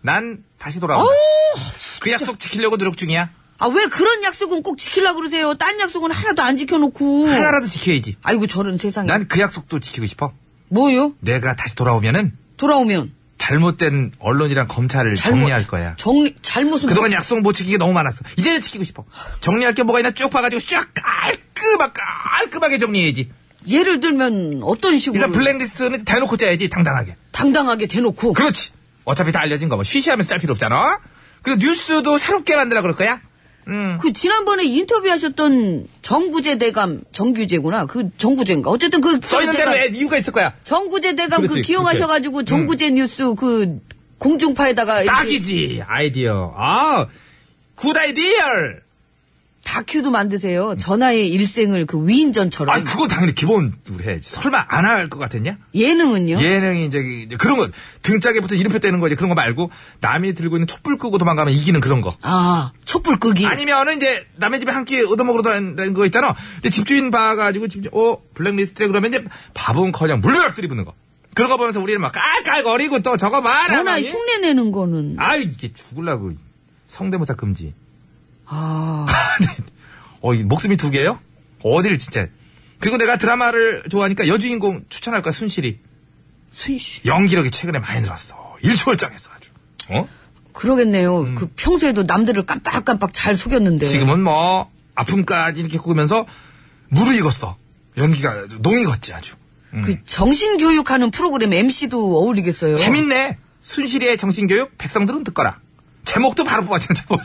[SPEAKER 1] 난 다시 돌아온다. 그 약속 지키려고 노력 중이야.
[SPEAKER 2] 아, 왜 그런 약속은 꼭 지키려고 그러세요? 딴 약속은 하나도 안 지켜놓고.
[SPEAKER 1] 하나라도 지켜야지.
[SPEAKER 2] 아이고, 저런 세상에.
[SPEAKER 1] 난 그 약속도 지키고 싶어.
[SPEAKER 2] 뭐요?
[SPEAKER 1] 내가 다시 돌아오면은
[SPEAKER 2] 돌아오면.
[SPEAKER 1] 잘못된 언론이랑 검찰을
[SPEAKER 2] 잘못-
[SPEAKER 1] 정리할 거야.
[SPEAKER 2] 정리, 잘못은.
[SPEAKER 1] 그동안 약속 못 지킨 게 너무 많았어. 이제는 지키고 싶어. 정리할 게 뭐가 있나 쭉 봐가지고 쫙 깔끔하게, 깔끔하게 정리해야지.
[SPEAKER 2] 예를 들면, 어떤 식으로.
[SPEAKER 1] 일단 블랙리스트는 대놓고 짜야지, 당당하게.
[SPEAKER 2] 당당하게 대놓고.
[SPEAKER 1] 그렇지. 어차피 다 알려진 거 뭐, 쉬쉬하면서 짤 필요 없잖아? 그리고 뉴스도 새롭게 만들어 그럴 거야? 음.
[SPEAKER 2] 그 지난번에 인터뷰하셨던 정구재 대감, 정규재구나. 그 정구재인가? 어쨌든 그.
[SPEAKER 1] 써있는 대로
[SPEAKER 2] 제가-
[SPEAKER 1] 왜 이유가 있을 거야.
[SPEAKER 2] 정구재 대감 그
[SPEAKER 1] 그렇지, 음.
[SPEAKER 2] 기용하셔가지고 정구재 뉴스 그 공중파에다가. 이렇게
[SPEAKER 1] 딱이지, 아이디어. 아, 굿 아이디어!
[SPEAKER 2] 다큐도 만드세요. 전하의 일생을 그 위인전처럼.
[SPEAKER 1] 아니, 그건 당연히 기본으로 해야지. 설마 안 할 것 같았냐?
[SPEAKER 2] 예능은요?
[SPEAKER 1] 예능이 이제 그런 거 등짝에 붙어 이름표 떼는 거지 그런 거 말고 남이 들고 있는 촛불 끄고 도망가면 이기는 그런 거
[SPEAKER 2] 아, 촛불 끄기.
[SPEAKER 1] 아니면은 이제 남의 집에 한 끼 얻어먹으러 다니는 거 있잖아. 근데 집주인 봐가지고 집주인 어 블랙리스트에 그러면 이제 밥은커녕 물벼락 들이붓는 거. 그런 거 보면서 우리는 막 깔깔거리고 또 저거 봐라.
[SPEAKER 2] 전화
[SPEAKER 1] 많이.
[SPEAKER 2] 흉내 내는 거는.
[SPEAKER 1] 아유 이게 죽을라고 성대모사 금지.
[SPEAKER 2] 아.
[SPEAKER 1] 어이 목숨이 두 개요? 어디를 진짜. 그리고 내가 드라마를 좋아하니까 여주인공 추천할 거야 순실이.
[SPEAKER 2] 순실.
[SPEAKER 1] 연기력이 최근에 많이 늘었어. 일초월장했어 아주. 어?
[SPEAKER 2] 그러겠네요. 그 평소에도 남들을 깜빡깜빡 잘 속였는데.
[SPEAKER 1] 지금은 뭐 아픔까지 이렇게 구우면서 무르익었어. 연기가 아주 농익었지 아주.
[SPEAKER 2] 그 정신 교육하는 프로그램 MC도 어울리겠어요.
[SPEAKER 1] 재밌네. 순실이의 정신교육 백성들은 듣거라. 제목도 (laughs) 바로 뽑아준다고.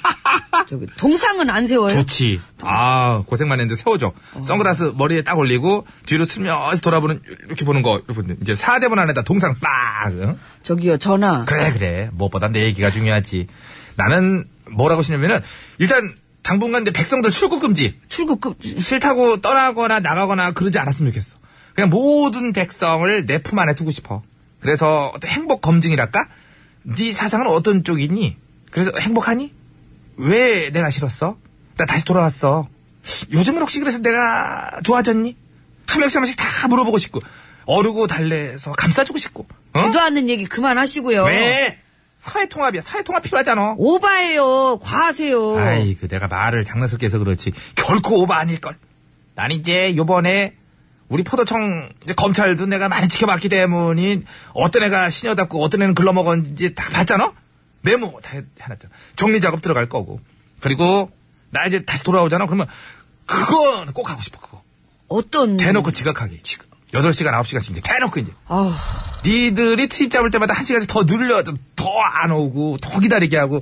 [SPEAKER 2] 저기 동상은 안 세워요.
[SPEAKER 1] 좋지. 아 고생만 했는데 세워줘. 선글라스 머리에 딱 올리고 뒤로 슬며시 돌아보는 이렇게 보는 거 여러분들 이제 4대본 안에다 동상 빡. 응?
[SPEAKER 2] 저기요, 전화.
[SPEAKER 1] 그래 그래. 무엇보다 내 얘기가 중요하지. 나는 뭐라고 싶냐면은 일단 당분간 이제 백성들 출국 금지.
[SPEAKER 2] 출국금.
[SPEAKER 1] 싫다고 떠나거나 나가거나 그러지 않았으면 좋겠어. 그냥 모든 백성을 내 품 안에 두고 싶어. 그래서 어떤 행복 검증이랄까? 네 사상은 어떤 쪽이니? 그래서 행복하니? 왜 내가 싫었어? 나 다시 돌아왔어. 요즘은 혹시 그래서 내가 좋아졌니? 한 명씩 한 명씩 다 물어보고 싶고 어르고 달래서 감싸주고 싶고. 어?
[SPEAKER 2] 기도 않는 얘기 그만하시고요.
[SPEAKER 1] 왜? 사회통합이야. 사회통합 필요하잖아.
[SPEAKER 2] 어. 오바예요. 과하세요.
[SPEAKER 1] 아이고 내가 말을 장난스럽게 해서 그렇지 결코 오바 아닐걸 난 이제 요번에 우리 포도청 이제 검찰도 내가 많이 지켜봤기 때문이 어떤 애가 시녀답고 어떤 애는 글러먹었는지 다 봤잖아 메모 다 해- 해놨잖아 정리 작업 들어갈 거고 그리고
[SPEAKER 10] 나 이제 다시 돌아오잖아. 그러면 그거 꼭 하고 싶어 그거.
[SPEAKER 2] 어떤.
[SPEAKER 10] 대놓고 지각하기. 8시간, 9시간씩 이제 대놓고 이제.
[SPEAKER 2] 아우.
[SPEAKER 10] 니들이 트집 잡을 때마다 한 시간씩 더 늘려. 더 안 오고, 더 기다리게 하고,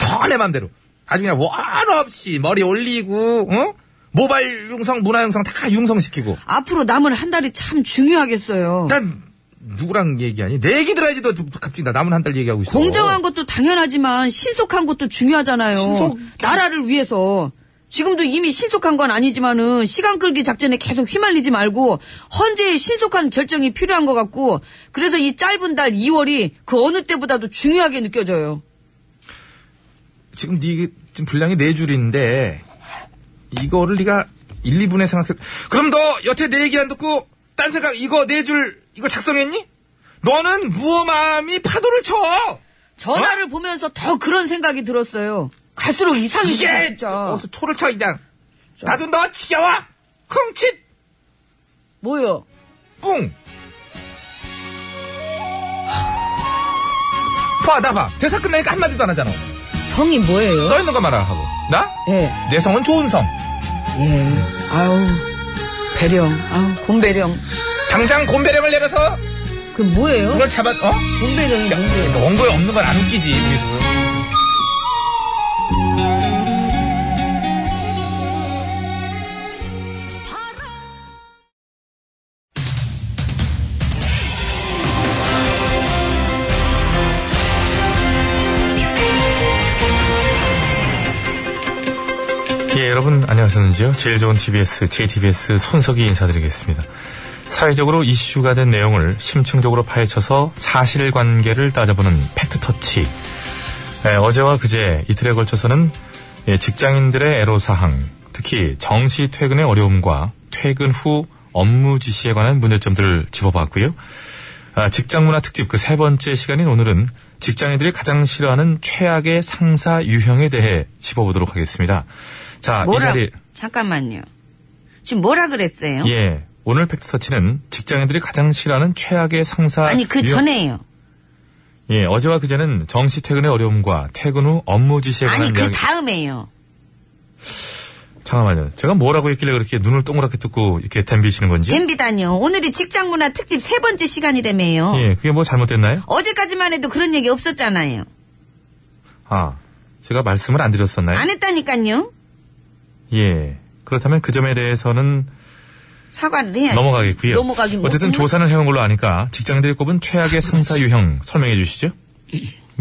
[SPEAKER 10] 더 내 맘대로. 아주 그냥 원 없이 머리 올리고, 어? 모발 융성, 문화 융성 다 융성시키고.
[SPEAKER 2] 앞으로 남은 한 달이 참 중요하겠어요.
[SPEAKER 10] 난 누구랑 얘기하니? 내 얘기 들어야지 너 갑자기 나 남은 한 달 얘기하고 있어.
[SPEAKER 2] 공정한 것도 당연하지만 신속한 것도 중요하잖아요.
[SPEAKER 10] 신속-
[SPEAKER 2] 나라를 위해서. 지금도 이미 신속한 건 아니지만은 시간 끌기 작전에 계속 휘말리지 말고 헌재의 신속한 결정이 필요한 것 같고 그래서 이 짧은 달 2월이 그 어느 때보다도 중요하게 느껴져요.
[SPEAKER 10] 지금 네 지금 분량이 네 줄인데 이거를 네가 1, 2분에 생각해. 그럼 너 여태 내 얘기 안 듣고 딴 생각 이거 네 줄 이거 작성했니? 너는 무엄함이 파도를 쳐.
[SPEAKER 2] 전화를 보면서 더 그런 생각이 들었어요. 갈수록 이상해져
[SPEAKER 10] 이게
[SPEAKER 2] 진짜.
[SPEAKER 10] 어서 초를 쳐 그냥. 나도 너 지겨워. 흥칫
[SPEAKER 2] 뭐요?
[SPEAKER 10] 뿡. 봐, 나 봐. 대사 끝나니까 한마디도 안 하잖아.
[SPEAKER 2] 성이 뭐예요?
[SPEAKER 10] 써 있는 거 말아 하고. 나?
[SPEAKER 2] 어? 예.
[SPEAKER 10] 내 성은 좋은 성.
[SPEAKER 2] 예. 아우 배령. 아우 곰배령.
[SPEAKER 10] 당장 곰배령을 내려서
[SPEAKER 2] 그 뭐예요?
[SPEAKER 10] 그걸 잡아. 어?
[SPEAKER 2] 곰배령이 뭔데요?
[SPEAKER 10] 뭐 원고에 없는 건 안 웃기지. 우리도.
[SPEAKER 1] 예, 여러분 안녕하셨는지요? 제일 좋은 TBS, JTBS 손석희 인사드리겠습니다. 사회적으로 이슈가 된 내용을 심층적으로 파헤쳐서 사실관계를 따져보는 팩트터치. 예, 어제와 그제 이틀에 걸쳐서는 예, 직장인들의 애로사항, 특히 정시 퇴근의 어려움과 퇴근 후 업무 지시에 관한 문제점들을 짚어봤고요. 아, 직장문화 특집 그 세 번째 시간인 오늘은 직장인들이 가장 싫어하는 최악의 상사 유형에 대해 짚어보도록 하겠습니다. 자, 이
[SPEAKER 2] 뭐라?
[SPEAKER 1] 자리
[SPEAKER 2] 잠깐만요. 지금 뭐라 그랬어요?
[SPEAKER 1] 예. 오늘 팩트 터치는 직장인들이 가장 싫어하는 최악의 상사
[SPEAKER 2] 아니 그
[SPEAKER 1] 유형-
[SPEAKER 2] 전에요.
[SPEAKER 1] 예, 어제와 그제는 정시 퇴근의 어려움과 퇴근 후 업무 지시에 관한
[SPEAKER 2] 아니 그
[SPEAKER 1] 이야기-
[SPEAKER 2] 다음에요.
[SPEAKER 1] 잠깐만요. 제가 뭐라고 했길래 그렇게 눈을 동그랗게 뜨고 이렇게 댐비시는 건지?
[SPEAKER 2] 댐비다뇨. 오늘이 직장문화 특집 세 번째 시간이라며요.
[SPEAKER 1] 예, 그게 뭐 잘못됐나요?
[SPEAKER 2] 어제까지만 해도 그런 얘기
[SPEAKER 1] 네.
[SPEAKER 2] 없었잖아요.
[SPEAKER 1] 아, 제가 말씀을 안 드렸었나요?
[SPEAKER 2] 안 했다니까요.
[SPEAKER 1] 예. 그렇다면 그 점에 대해서는
[SPEAKER 2] 사과를 해야지.
[SPEAKER 1] 넘어가겠고요.
[SPEAKER 2] 넘어가긴 뭐. 아,
[SPEAKER 1] 어쨌든 조사를 해온 걸로 아니까 직장인들이 꼽은 최악의 상사 유형 설명해 주시죠.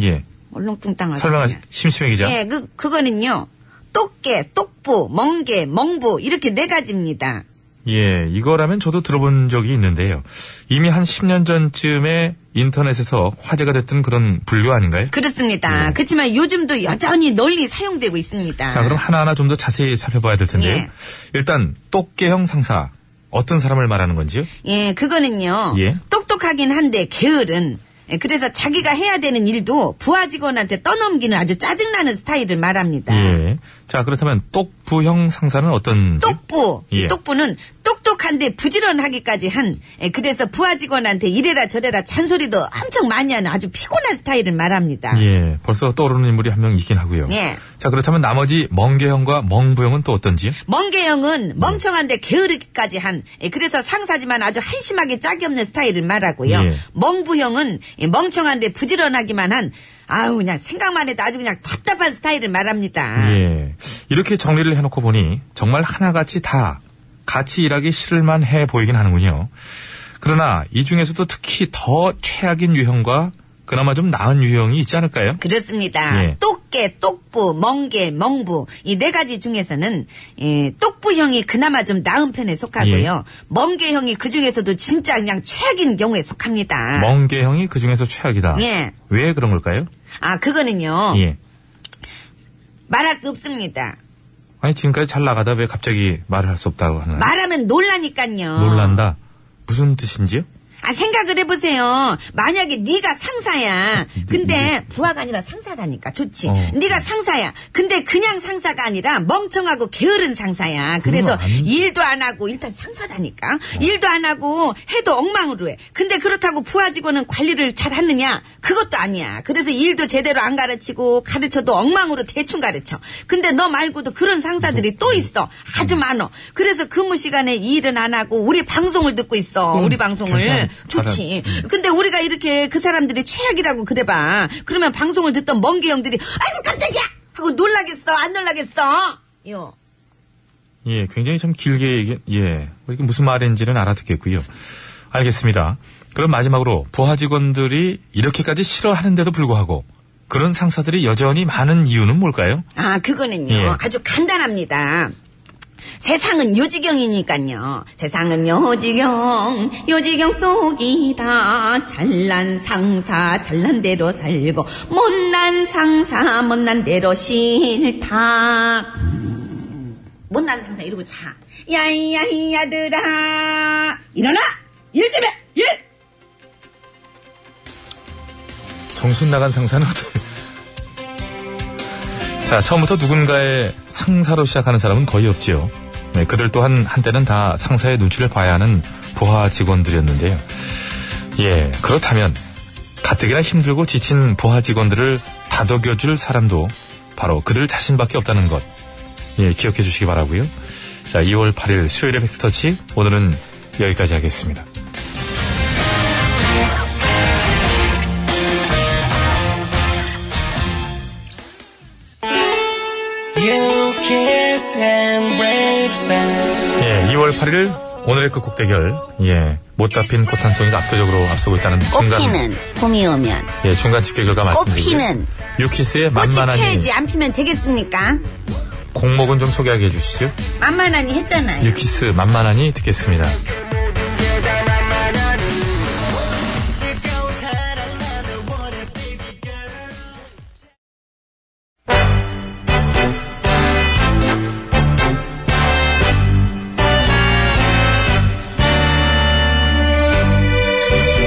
[SPEAKER 1] 예.
[SPEAKER 2] 얼렁뚱땅하게.
[SPEAKER 1] 설명하시, 심심해 기자.
[SPEAKER 2] 예, 그, 그거는요. 똑개, 똑부, 멍게, 멍부 이렇게 네 가지입니다.
[SPEAKER 1] 예, 이거라면 저도 들어본 적이 있는데요. 이미 한 10년 전쯤에 인터넷에서 화제가 됐던 그런 분류 아닌가요?
[SPEAKER 2] 그렇습니다. 그렇지만 요즘도 여전히 널리 사용되고 있습니다.
[SPEAKER 1] 자, 그럼 하나하나 좀 더 자세히 살펴봐야 될 텐데요.
[SPEAKER 2] 네. 예.
[SPEAKER 1] 일단, 똑개형 상사. 어떤 사람을 말하는 건지요?
[SPEAKER 2] 예, 그거는요.
[SPEAKER 1] 예.
[SPEAKER 2] 똑똑하긴 한데 게으른. 예, 그래서 자기가 해야 되는 일도 부하 직원한테 떠넘기는 아주 짜증나는 스타일을 말합니다.
[SPEAKER 1] 예. 자, 그렇다면 똑부형 상사는 어떤지?
[SPEAKER 2] 똑부.
[SPEAKER 1] 예.
[SPEAKER 2] 이 똑부는 똑똑한데 부지런하기까지 한. 예, 그래서 부하 직원한테 이래라 저래라 잔소리도 엄청 많이 하는 아주 피곤한 스타일을 말합니다.
[SPEAKER 1] 예, 벌써 떠오르는 인물이 한 명 있긴 하고요.
[SPEAKER 2] 예.
[SPEAKER 1] 자, 그렇다면 나머지 멍게형과 멍부형은 또 어떤지요?
[SPEAKER 2] 멍게형은 멍청한데 게으르기까지 한 예, 그래서 상사지만 아주 한심하게 짝이 없는 스타일을 말하고요.
[SPEAKER 1] 예.
[SPEAKER 2] 멍부형은 예, 멍청한데 부지런하기만 한 아우 그냥 생각만 해도 아주 그냥 답답한 스타일을 말합니다.
[SPEAKER 1] 예. 이렇게 정리를 해놓고 보니 정말 하나같이 다 같이 일하기 싫을만 해 보이긴 하는군요. 그러나 이 중에서도 특히 더 최악인 유형과 그나마 좀 나은 유형이 있지 않을까요?
[SPEAKER 2] 그렇습니다.
[SPEAKER 1] 예.
[SPEAKER 2] 똑개, 똑부, 멍게, 멍부 이 네 가지 중에서는 예, 똑부형이 그나마 좀 나은 편에
[SPEAKER 1] 예.
[SPEAKER 2] 속하고요. 멍게형이 그 중에서도 진짜 그냥 최악인 경우에 속합니다.
[SPEAKER 1] 멍게형이 그 중에서 최악이다.
[SPEAKER 2] 아. 예.
[SPEAKER 1] 왜 그런 걸까요?
[SPEAKER 2] 아 그거는요
[SPEAKER 1] 예.
[SPEAKER 2] 말할 수 없습니다.
[SPEAKER 1] 아니 지금까지 잘 나가다 왜 갑자기 말을 할 수 없다고 하나요?
[SPEAKER 2] 말하면 놀라니까요.
[SPEAKER 1] 놀란다. 무슨 뜻인지요?
[SPEAKER 2] 아 생각을 해보세요. 만약에 네가 상사야. 근데 부하가 아니라 상사라니까 좋지.
[SPEAKER 1] 어.
[SPEAKER 2] 네가 상사야. 근데 그냥 상사가 아니라 멍청하고 게으른 상사야. 그래서
[SPEAKER 1] 안 되지.
[SPEAKER 2] 일도 안 하고 일단 상사라니까. 일도 안 하고 해도 엉망으로 해. 근데 그렇다고 부하 직원은 관리를 잘 하느냐? 그것도 아니야. 그래서 일도 제대로 안 가르치고 가르쳐도 엉망으로 대충 가르쳐. 근데 너 말고도 그런 상사들이 또 있어. 아주 많어. 그래서 근무 시간에 일은 안 하고 우리 방송을 듣고 있어. 우리 방송을.
[SPEAKER 1] 괜찮아.
[SPEAKER 2] 좋지. 근데 우리가 이렇게 그 사람들이 최악이라고 그래봐. 그러면 방송을 듣던 멍게 형들이 아이고 깜짝이야 하고 놀라겠어. 안 놀라겠어. 요.
[SPEAKER 1] 예, 굉장히 참 길게 얘기, 예. 이게 무슨 말인지는 알아듣겠고요. 알겠습니다. 그럼 마지막으로 부하 직원들이 이렇게까지 싫어하는데도 불구하고 그런 상사들이 여전히 많은 이유는 뭘까요?
[SPEAKER 2] 아, 그거는요.
[SPEAKER 1] 예.
[SPEAKER 2] 아주 간단합니다. 세상은 요지경이니까요. 세상은 요지경, 요지경 속이다. 잘난 상사, 잘난 대로 살고, 못난 상사, 못난 대로 싫다. 못난 상사 이러고 자. 야이야이 야들아. 일어나! 일 좀 해! 일!
[SPEAKER 1] 정신 나간 상사는 어떻게? 자, 처음부터 누군가의 상사로 시작하는 사람은 거의 없지요. 네, 그들 또한 한때는 다 상사의 눈치를 봐야 하는 부하 직원들이었는데요. 예, 그렇다면 가뜩이나 힘들고 지친 부하 직원들을 다독여줄 사람도 바로 그들 자신밖에 없다는 것. 예, 기억해 주시기 바라고요. 자, 2월 8일 수요일의 팩스터치 오늘은 여기까지 하겠습니다. 예, 2월 8일 오늘의 끝곡 대결. 예, 못 잡힌 꽃 한 송이가 압도적으로 앞서고 있다는 중간
[SPEAKER 2] 봄이 오면,
[SPEAKER 1] 예, 중간 집계 결과 말씀드리고
[SPEAKER 2] 꽃피는.
[SPEAKER 1] 유키스의
[SPEAKER 2] 꽃이
[SPEAKER 1] 만만하니
[SPEAKER 2] 피지 안 피면 되겠습니까?
[SPEAKER 1] 공목은 좀 소개하게 해주시죠.
[SPEAKER 2] 만만하니 했잖아요.
[SPEAKER 1] 유키스 만만하니 듣겠습니다.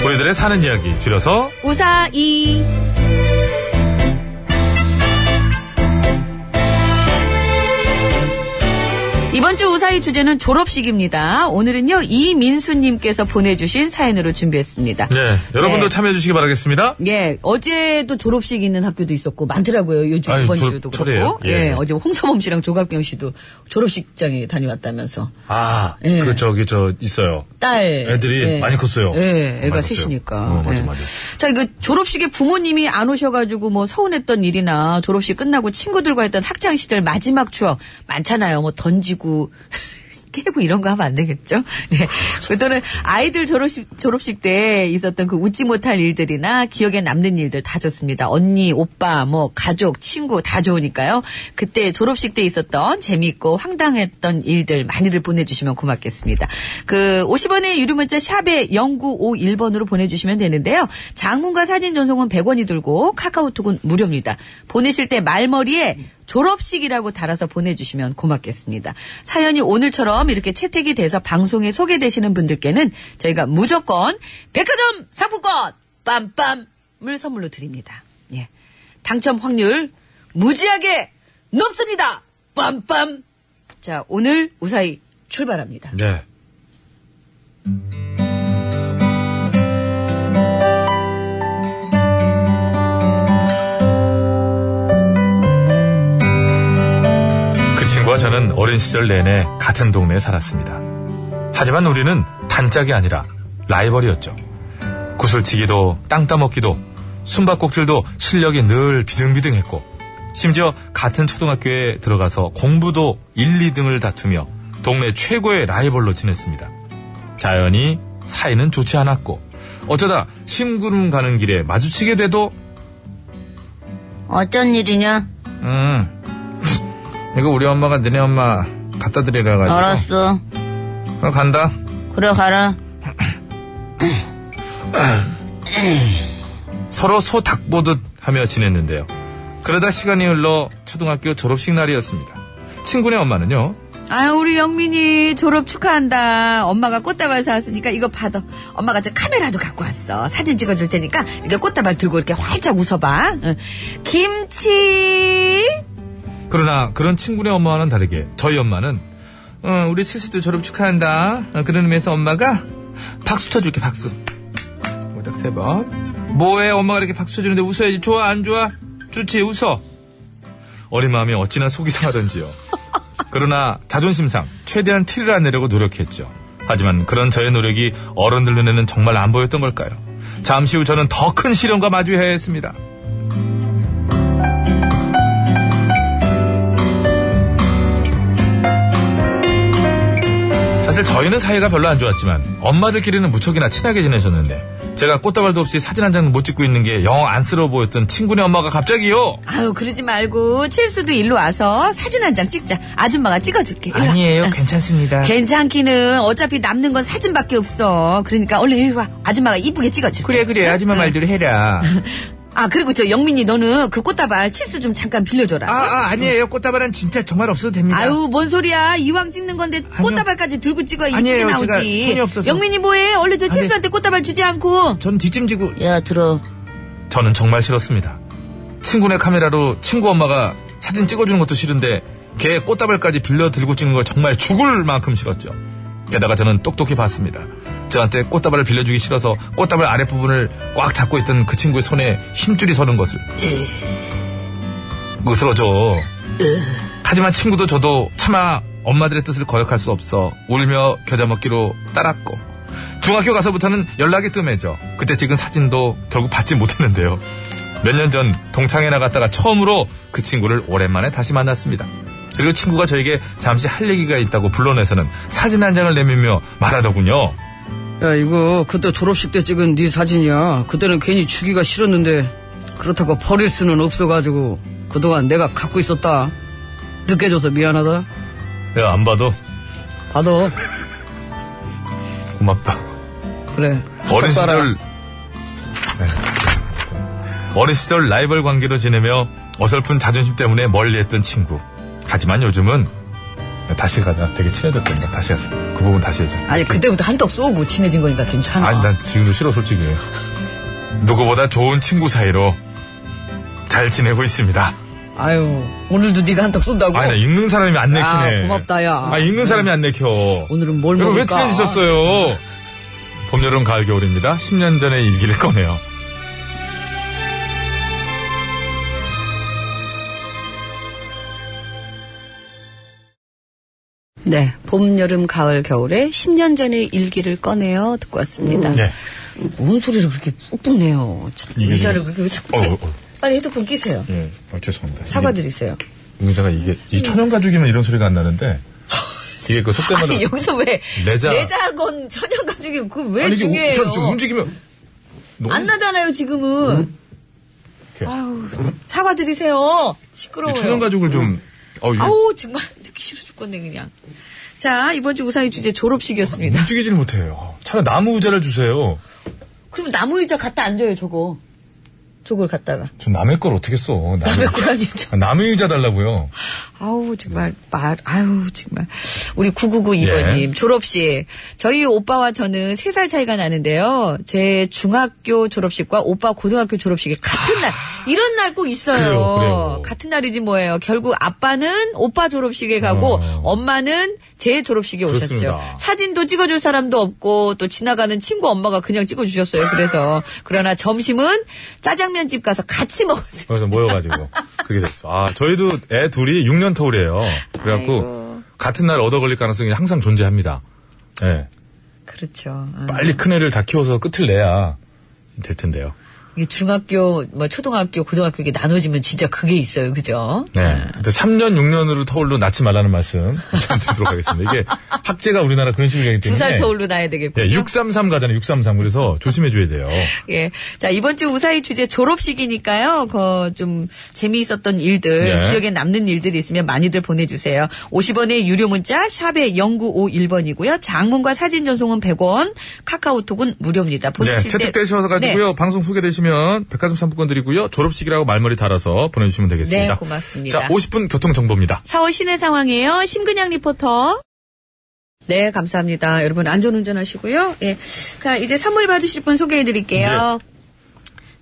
[SPEAKER 1] 우리들의 사는 이야기 줄여서
[SPEAKER 9] 우사이. 이번 주 우사이 주제는 졸업식입니다. 오늘은요, 이민수님께서 보내주신 사연으로 준비했습니다.
[SPEAKER 1] 네 여러분도
[SPEAKER 9] 네.
[SPEAKER 1] 참여해 주시기 바라겠습니다.
[SPEAKER 9] 예, 어제도 졸업식 있는 학교도 있었고 많더라고요. 요즘
[SPEAKER 1] 아유,
[SPEAKER 9] 이번
[SPEAKER 1] 졸-
[SPEAKER 9] 주도
[SPEAKER 1] 철이에요?
[SPEAKER 9] 그렇고.
[SPEAKER 1] 예.
[SPEAKER 9] 예. 어제 홍서범 씨랑 조각경 씨도 졸업식장에 다녀왔다면서
[SPEAKER 1] 아,
[SPEAKER 9] 예.
[SPEAKER 1] 그 저기 저 있어요.
[SPEAKER 9] 딸
[SPEAKER 1] 애들이 많이 컸어요.
[SPEAKER 9] 예,
[SPEAKER 1] 많이
[SPEAKER 9] 네. 애가
[SPEAKER 1] 컸어요.
[SPEAKER 9] 셋이니까.
[SPEAKER 1] 어, 맞아,
[SPEAKER 9] 예.
[SPEAKER 1] 맞아.
[SPEAKER 9] 자, 이거 졸업식에 부모님이 안 오셔가지고 뭐 서운했던 일이나 졸업식 끝나고 친구들과 했던 학창 시절 마지막 추억 많잖아요. 뭐 던지고. (laughs) 깨고 이런 거 하면 안 되겠죠? (laughs) 네. 그 또는 아이들 졸업식, 졸업식 때 있었던 그 웃지 못할 일들이나 기억에 남는 일들 다 좋습니다. 언니, 오빠, 뭐, 가족, 친구 다 좋으니까요. 그때 졸업식 때 있었던 재미있고 황당했던 일들 많이들 보내주시면 고맙겠습니다. 그 50원의 유료 문자 샵에 0951번으로 보내주시면 되는데요. 장문과 사진 전송은 100원이 들고 카카오톡은 무료입니다. 보내실 때 말머리에 졸업식이라고 달아서 보내주시면 고맙겠습니다. 사연이 오늘처럼 이렇게 채택이 돼서 방송에 소개되시는 분들께는 저희가 무조건 백화점 상품권 빰빰을 선물로 드립니다. 예. 당첨 확률 무지하게 높습니다. 빰빰. 자, 오늘 우사히 출발합니다.
[SPEAKER 1] 네. 그 친구와 저는 어린 시절 내내 같은 동네에 살았습니다. 하지만 우리는 단짝이 아니라 라이벌이었죠. 구슬치기도 땅 따먹기도 숨바꼭질도 실력이 늘 비등비등했고 심지어 같은 초등학교에 들어가서 공부도 1, 2등을 다투며 동네 최고의 라이벌로 지냈습니다. 자연히 사이는 좋지 않았고 어쩌다 심구름 가는 길에 마주치게 돼도
[SPEAKER 2] 어쩐 일이냐?
[SPEAKER 1] 음 (laughs) 이거 우리 엄마가 너네 엄마 갖다 드리려 해가지고
[SPEAKER 2] 알았어.
[SPEAKER 1] 그럼 간다
[SPEAKER 2] 그래 가라.
[SPEAKER 1] 서로 소 닭 보듯 하며 지냈는데요. 그러다 시간이 흘러 초등학교 졸업식 날이었습니다. 친구네 엄마는요,
[SPEAKER 2] 아유, 우리 영민이 졸업 축하한다. 엄마가 꽃다발 사왔으니까 이거 받아. 엄마가 저 카메라도 갖고 왔어. 사진 찍어줄 테니까 이게 꽃다발 들고 이렇게 활짝 웃어봐. 응. 김치.
[SPEAKER 1] 그러나 그런 친구네 엄마와는 다르게 저희 엄마는
[SPEAKER 10] 어, 우리 칠수도 졸업 축하한다. 어, 그런 의미에서 엄마가 박수 쳐줄게, 박수. 오딱 세 번. 뭐해, 엄마가 이렇게 박수 쳐주는데 웃어야지. 좋아, 안 좋아? 좋지, 웃어.
[SPEAKER 1] 어린 마음이 어찌나 속이 상하던지요. 그러나 자존심상 최대한 티를 안 내려고 노력했죠. 하지만 그런 저의 노력이 어른들 눈에는 정말 안 보였던 걸까요? 잠시 후 저는 더 큰 시련과 마주해야 했습니다. 사실 저희는 사이가 별로 안 좋았지만 엄마들끼리는 무척이나 친하게 지내셨는데 제가 꽃다발도 없이 사진 한 장 못 찍고 있는 게 영 안쓰러워 보였던 친구네 엄마가 갑자기요.
[SPEAKER 2] 아유, 그러지 말고 칠수도 일로 와서 사진 한 장 찍자. 아줌마가 찍어줄게. 일로 와.
[SPEAKER 10] 아니에요, 괜찮습니다.
[SPEAKER 2] 괜찮기는 어차피 남는 건 사진밖에 없어. 그러니까 얼른 일로 와. 아줌마가 이쁘게 찍어줄게.
[SPEAKER 10] 그래, 그래, 아줌마 말대로 해라.
[SPEAKER 2] 아, 그리고 저 영민이 너는 그 꽃다발 칠수 좀 잠깐 빌려줘라.
[SPEAKER 10] 아, 아, 아니에요. 꽃다발은 진짜 정말 없어도 됩니다.
[SPEAKER 2] 아유, 뭔 소리야. 이왕 찍는 건데 꽃다발까지 들고 찍어야 이쁘게
[SPEAKER 10] 아니에요,
[SPEAKER 2] 나오지.
[SPEAKER 10] 제가 손이 없어서.
[SPEAKER 2] 영민이 뭐해? 얼른 저 칠수한테 꽃다발 주지 않고.
[SPEAKER 10] 전 뒷짐지고
[SPEAKER 2] 야, 들어.
[SPEAKER 1] 저는 정말 싫었습니다. 친구네 카메라로 친구 엄마가 사진 찍어주는 것도 싫은데 걔 꽃다발까지 빌려 들고 찍는 거 정말 죽을 만큼 싫었죠. 게다가 저는 똑똑히 봤습니다. 저한테 꽃다발을 빌려주기 싫어서 꽃다발 아랫부분을 꽉 잡고 있던 그 친구의 손에 힘줄이 서는 것을.
[SPEAKER 2] 예.
[SPEAKER 1] 으스러져. 하지만 친구도 저도 차마 엄마들의 뜻을 거역할 수 없어 울며 겨자 먹기로 따랐고 중학교 가서부터는 연락이 뜸해져 그때 찍은 사진도 결국 받지 못했는데요. 몇 년 전 동창회 나갔다가 처음으로 그 친구를 오랜만에 다시 만났습니다. 그리고 친구가 저에게 잠시 할 얘기가 있다고 불러내서는 사진 한 장을 내밀며 말하더군요.
[SPEAKER 11] 야 이거 그때 졸업식 때 찍은 네 사진이야 그때는 괜히 주기가 싫었는데 그렇다고 버릴 수는 없어가지고 그동안 내가 갖고 있었다 늦게 줘서 미안하다
[SPEAKER 1] 야, 안 봐도
[SPEAKER 11] 받아
[SPEAKER 1] 고맙다.
[SPEAKER 11] 그래
[SPEAKER 1] 어린
[SPEAKER 11] 딱 봐라.
[SPEAKER 1] 시절 네. 어린 시절 라이벌 관계로 지내며 어설픈 자존심 때문에 멀리했던 친구. 하지만 요즘은 다시 가자. 되게 친해졌던가. 다시 하자. 그 부분 다시 해줘.
[SPEAKER 2] 아니, 그때부터 한턱 쏘고 친해진 거니까 괜찮아.
[SPEAKER 1] 아니 난 지금도 싫어 솔직히. 누구보다 좋은 친구 사이로 잘 지내고 있습니다.
[SPEAKER 11] 아유 오늘도 네가 한턱 쏜다고
[SPEAKER 1] 아니 나 읽는 사람이 안 내키네.
[SPEAKER 11] 아, 고맙다, 야.
[SPEAKER 1] 아 읽는 사람이 안 내켜.
[SPEAKER 11] 오늘은 뭘
[SPEAKER 1] 여러분 왜
[SPEAKER 11] 먹을까?
[SPEAKER 1] 친해지셨어요? 봄, 여름, 가을, 겨울입니다. 10년 전의 일기를 꺼내요.
[SPEAKER 2] 네. 봄, 여름, 가을, 겨울에 10년 전의 일기를 꺼내요. 듣고 왔습니다.
[SPEAKER 1] 네.
[SPEAKER 2] 뭔 소리를 그렇게 뿍뿍 내요. 참.
[SPEAKER 1] 이게
[SPEAKER 2] 의자를
[SPEAKER 1] 지금-
[SPEAKER 2] 그렇게 왜 자꾸.
[SPEAKER 1] 어,
[SPEAKER 2] 빼?
[SPEAKER 1] 어, 어.
[SPEAKER 2] 빨리 헤드폰 끼세요.
[SPEAKER 1] 예, 어, 죄송합니다.
[SPEAKER 2] 사과드리세요. 음.
[SPEAKER 1] 이게, 의자가 이게 이 천연 가죽이면 이런 소리가 안
[SPEAKER 2] (laughs)
[SPEAKER 1] 나는데 이게 그 속대마다
[SPEAKER 2] 아니, (laughs) 여기서 왜.
[SPEAKER 1] 레자-
[SPEAKER 2] 건 천연가죽이 그왜
[SPEAKER 1] 아니, 이게 우-
[SPEAKER 2] 중요해요?
[SPEAKER 1] 저- 저 움직이면 너무
[SPEAKER 2] 안 나잖아요, 지금은.
[SPEAKER 1] 이렇게.
[SPEAKER 2] 아유, 사과드리세요.
[SPEAKER 1] 이
[SPEAKER 2] 시끄러워요.
[SPEAKER 1] 천연 가죽을 좀 어, 이게
[SPEAKER 2] 아우, 정말 (laughs) 듣기 싫어 죽겠네, 그냥. 자, 이번 주 우상의 주제 졸업식이었습니다.
[SPEAKER 1] 움직이질 못해요. 차라리 나무 의자를 주세요.
[SPEAKER 2] 그럼 나무 의자 갖다 앉아요, 저거. 저걸 갖다가. (laughs)
[SPEAKER 1] 저 남의 걸 어떻게 써? 남의,
[SPEAKER 2] 남의 고라니 좀.
[SPEAKER 1] 아, 남의 의자 달라고요.
[SPEAKER 2] 아우 정말 말 아우 정말 우리
[SPEAKER 1] 예.
[SPEAKER 2] 9992번님 졸업식 저희 오빠와 저는 3살 차이가 나는데요 제 중학교 졸업식과 오빠 고등학교 졸업식이 같은 날 이런 날 꼭 있어요
[SPEAKER 1] 아. 그래요, 그래요.
[SPEAKER 2] 같은 날이지 뭐예요 결국 아빠는 오빠 졸업식에 가고
[SPEAKER 1] 어.
[SPEAKER 2] 엄마는 제 졸업식에 오셨죠
[SPEAKER 1] 그렇습니다.
[SPEAKER 2] 사진도 찍어줄 사람도 없고 또 지나가는 친구 엄마가 그냥 찍어주셨어요
[SPEAKER 1] (laughs)
[SPEAKER 2] 그래서 그러나 점심은 짜장면집 가서 같이 먹었어요
[SPEAKER 1] 그래서 모여가지고 그게 됐어. 아 저희도 애 둘이 6년 터울이에요. 그래갖고
[SPEAKER 2] 아이고.
[SPEAKER 1] 같은 날 얻어 걸릴 가능성이 항상 존재합니다. 예,
[SPEAKER 2] 그렇죠 아.
[SPEAKER 1] 빨리 큰 애를 다 키워서 끝을 내야 될 텐데요.
[SPEAKER 2] 이게 중학교, 뭐 초등학교, 고등학교 이게 나눠지면 진짜 그게 있어요, 그죠?
[SPEAKER 1] 네. 아무튼 3년, 6년으로 터울로 낳지 말라는 말씀 좀 드리도록 하겠습니다. 이게 학제가 우리나라 그런 식으로 얘기 때문에.
[SPEAKER 2] 두 살 터울로 나야 되겠군요.
[SPEAKER 1] 예, 633 가잖아요, 633. 그래서 조심해줘야 돼요.
[SPEAKER 2] 예. 자, 이번 주 우사의 주제 졸업식이니까요. 그, 좀, 재미있었던 일들,
[SPEAKER 1] 예.
[SPEAKER 2] 기억에 남는 일들이 있으면 많이들 보내주세요. 50원의 유료 문자, 샵에 0951번이고요. 장문과 사진 전송은 100원, 카카오톡은 무료입니다.
[SPEAKER 1] 네,
[SPEAKER 2] 보내실 때.
[SPEAKER 1] 채택되셔가지고요. 방송 맞히시면 백화점 상품권 드리고요. 졸업식이라고 말머리 달아서 보내주시면 되겠습니다.
[SPEAKER 9] 네, 고맙습니다.
[SPEAKER 1] 자, 50분 교통정보입니다.
[SPEAKER 9] 4월 시내 상황이에요. 심근양 리포터. 네, 감사합니다. 여러분 안전 운전하시고요. 예. 자, 이제 선물 받으실 분 소개해 드릴게요.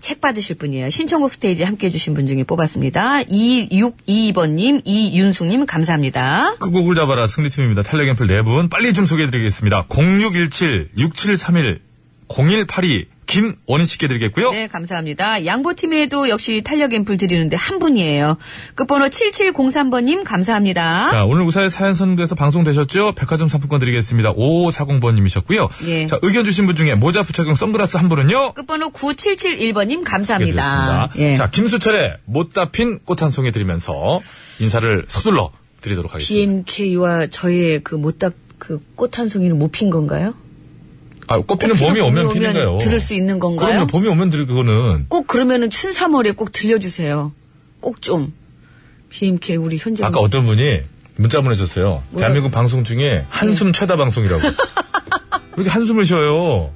[SPEAKER 9] 책 받으실 분이에요. 신청곡 스테이지 함께 해주신 분 중에 뽑았습니다. 2622번님, 이윤숙님, 감사합니다.
[SPEAKER 1] 그 곡을 잡아라 승리팀입니다. 탄력 앰플 네 분 빨리 좀 소개해드리겠습니다. 0617-6731-0182 김원희 씨께 드리겠고요.
[SPEAKER 9] 네, 감사합니다. 양보팀에도 역시 탄력 앰플 드리는데 한 분이에요. 끝번호 7703번님, 감사합니다.
[SPEAKER 1] 자, 오늘 우사의 사연 선거에서 방송되셨죠? 백화점 상품권 드리겠습니다. 5540번님이셨고요.
[SPEAKER 9] 예.
[SPEAKER 1] 자, 의견 주신 분 중에 모자 부착용 선글라스 한 분은요?
[SPEAKER 9] 끝번호 9771번님,
[SPEAKER 1] 드리겠습니다.
[SPEAKER 9] 감사합니다. 예.
[SPEAKER 1] 자, 김수철의 못다 핀 꽃 한 송이 드리면서 인사를 서둘러 드리도록 하겠습니다.
[SPEAKER 9] BMK와 저의 그 못답 그 꽃 한 송이는 못 핀 건가요?
[SPEAKER 1] 아, 꽃피는 봄이 오면 피는 거예요.
[SPEAKER 9] 들을 수 있는 건가요?
[SPEAKER 1] 그럼요, 봄이 오면 들, 그거는.
[SPEAKER 9] 꼭 그러면은 춘삼월에 꼭 들려주세요. 꼭 좀. BMK 우리 현장.
[SPEAKER 1] 아까 어떤 분이 문자 보내셨어요. 대한민국 방송 중에
[SPEAKER 9] 예.
[SPEAKER 1] 한숨 최다
[SPEAKER 9] (laughs)
[SPEAKER 1] 방송이라고. 왜 이렇게 한숨을 쉬어요?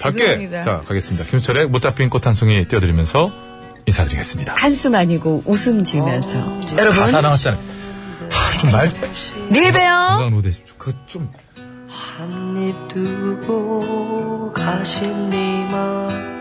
[SPEAKER 1] 밖에.
[SPEAKER 9] 죄송합니다.
[SPEAKER 1] 자, 가겠습니다. 김철의 못 잡힌 꽃 한 송이 띄워드리면서 인사드리겠습니다.
[SPEAKER 9] 한숨 아니고 웃음 지으면서. 여러분,
[SPEAKER 1] 아,
[SPEAKER 9] 어?
[SPEAKER 1] 가사 나왔잖아요. 하, 좀 말,
[SPEAKER 9] 내일 봬요.
[SPEAKER 1] 건강으로 되십시오. 그, 좀.
[SPEAKER 12] 한입 두고 가신 이만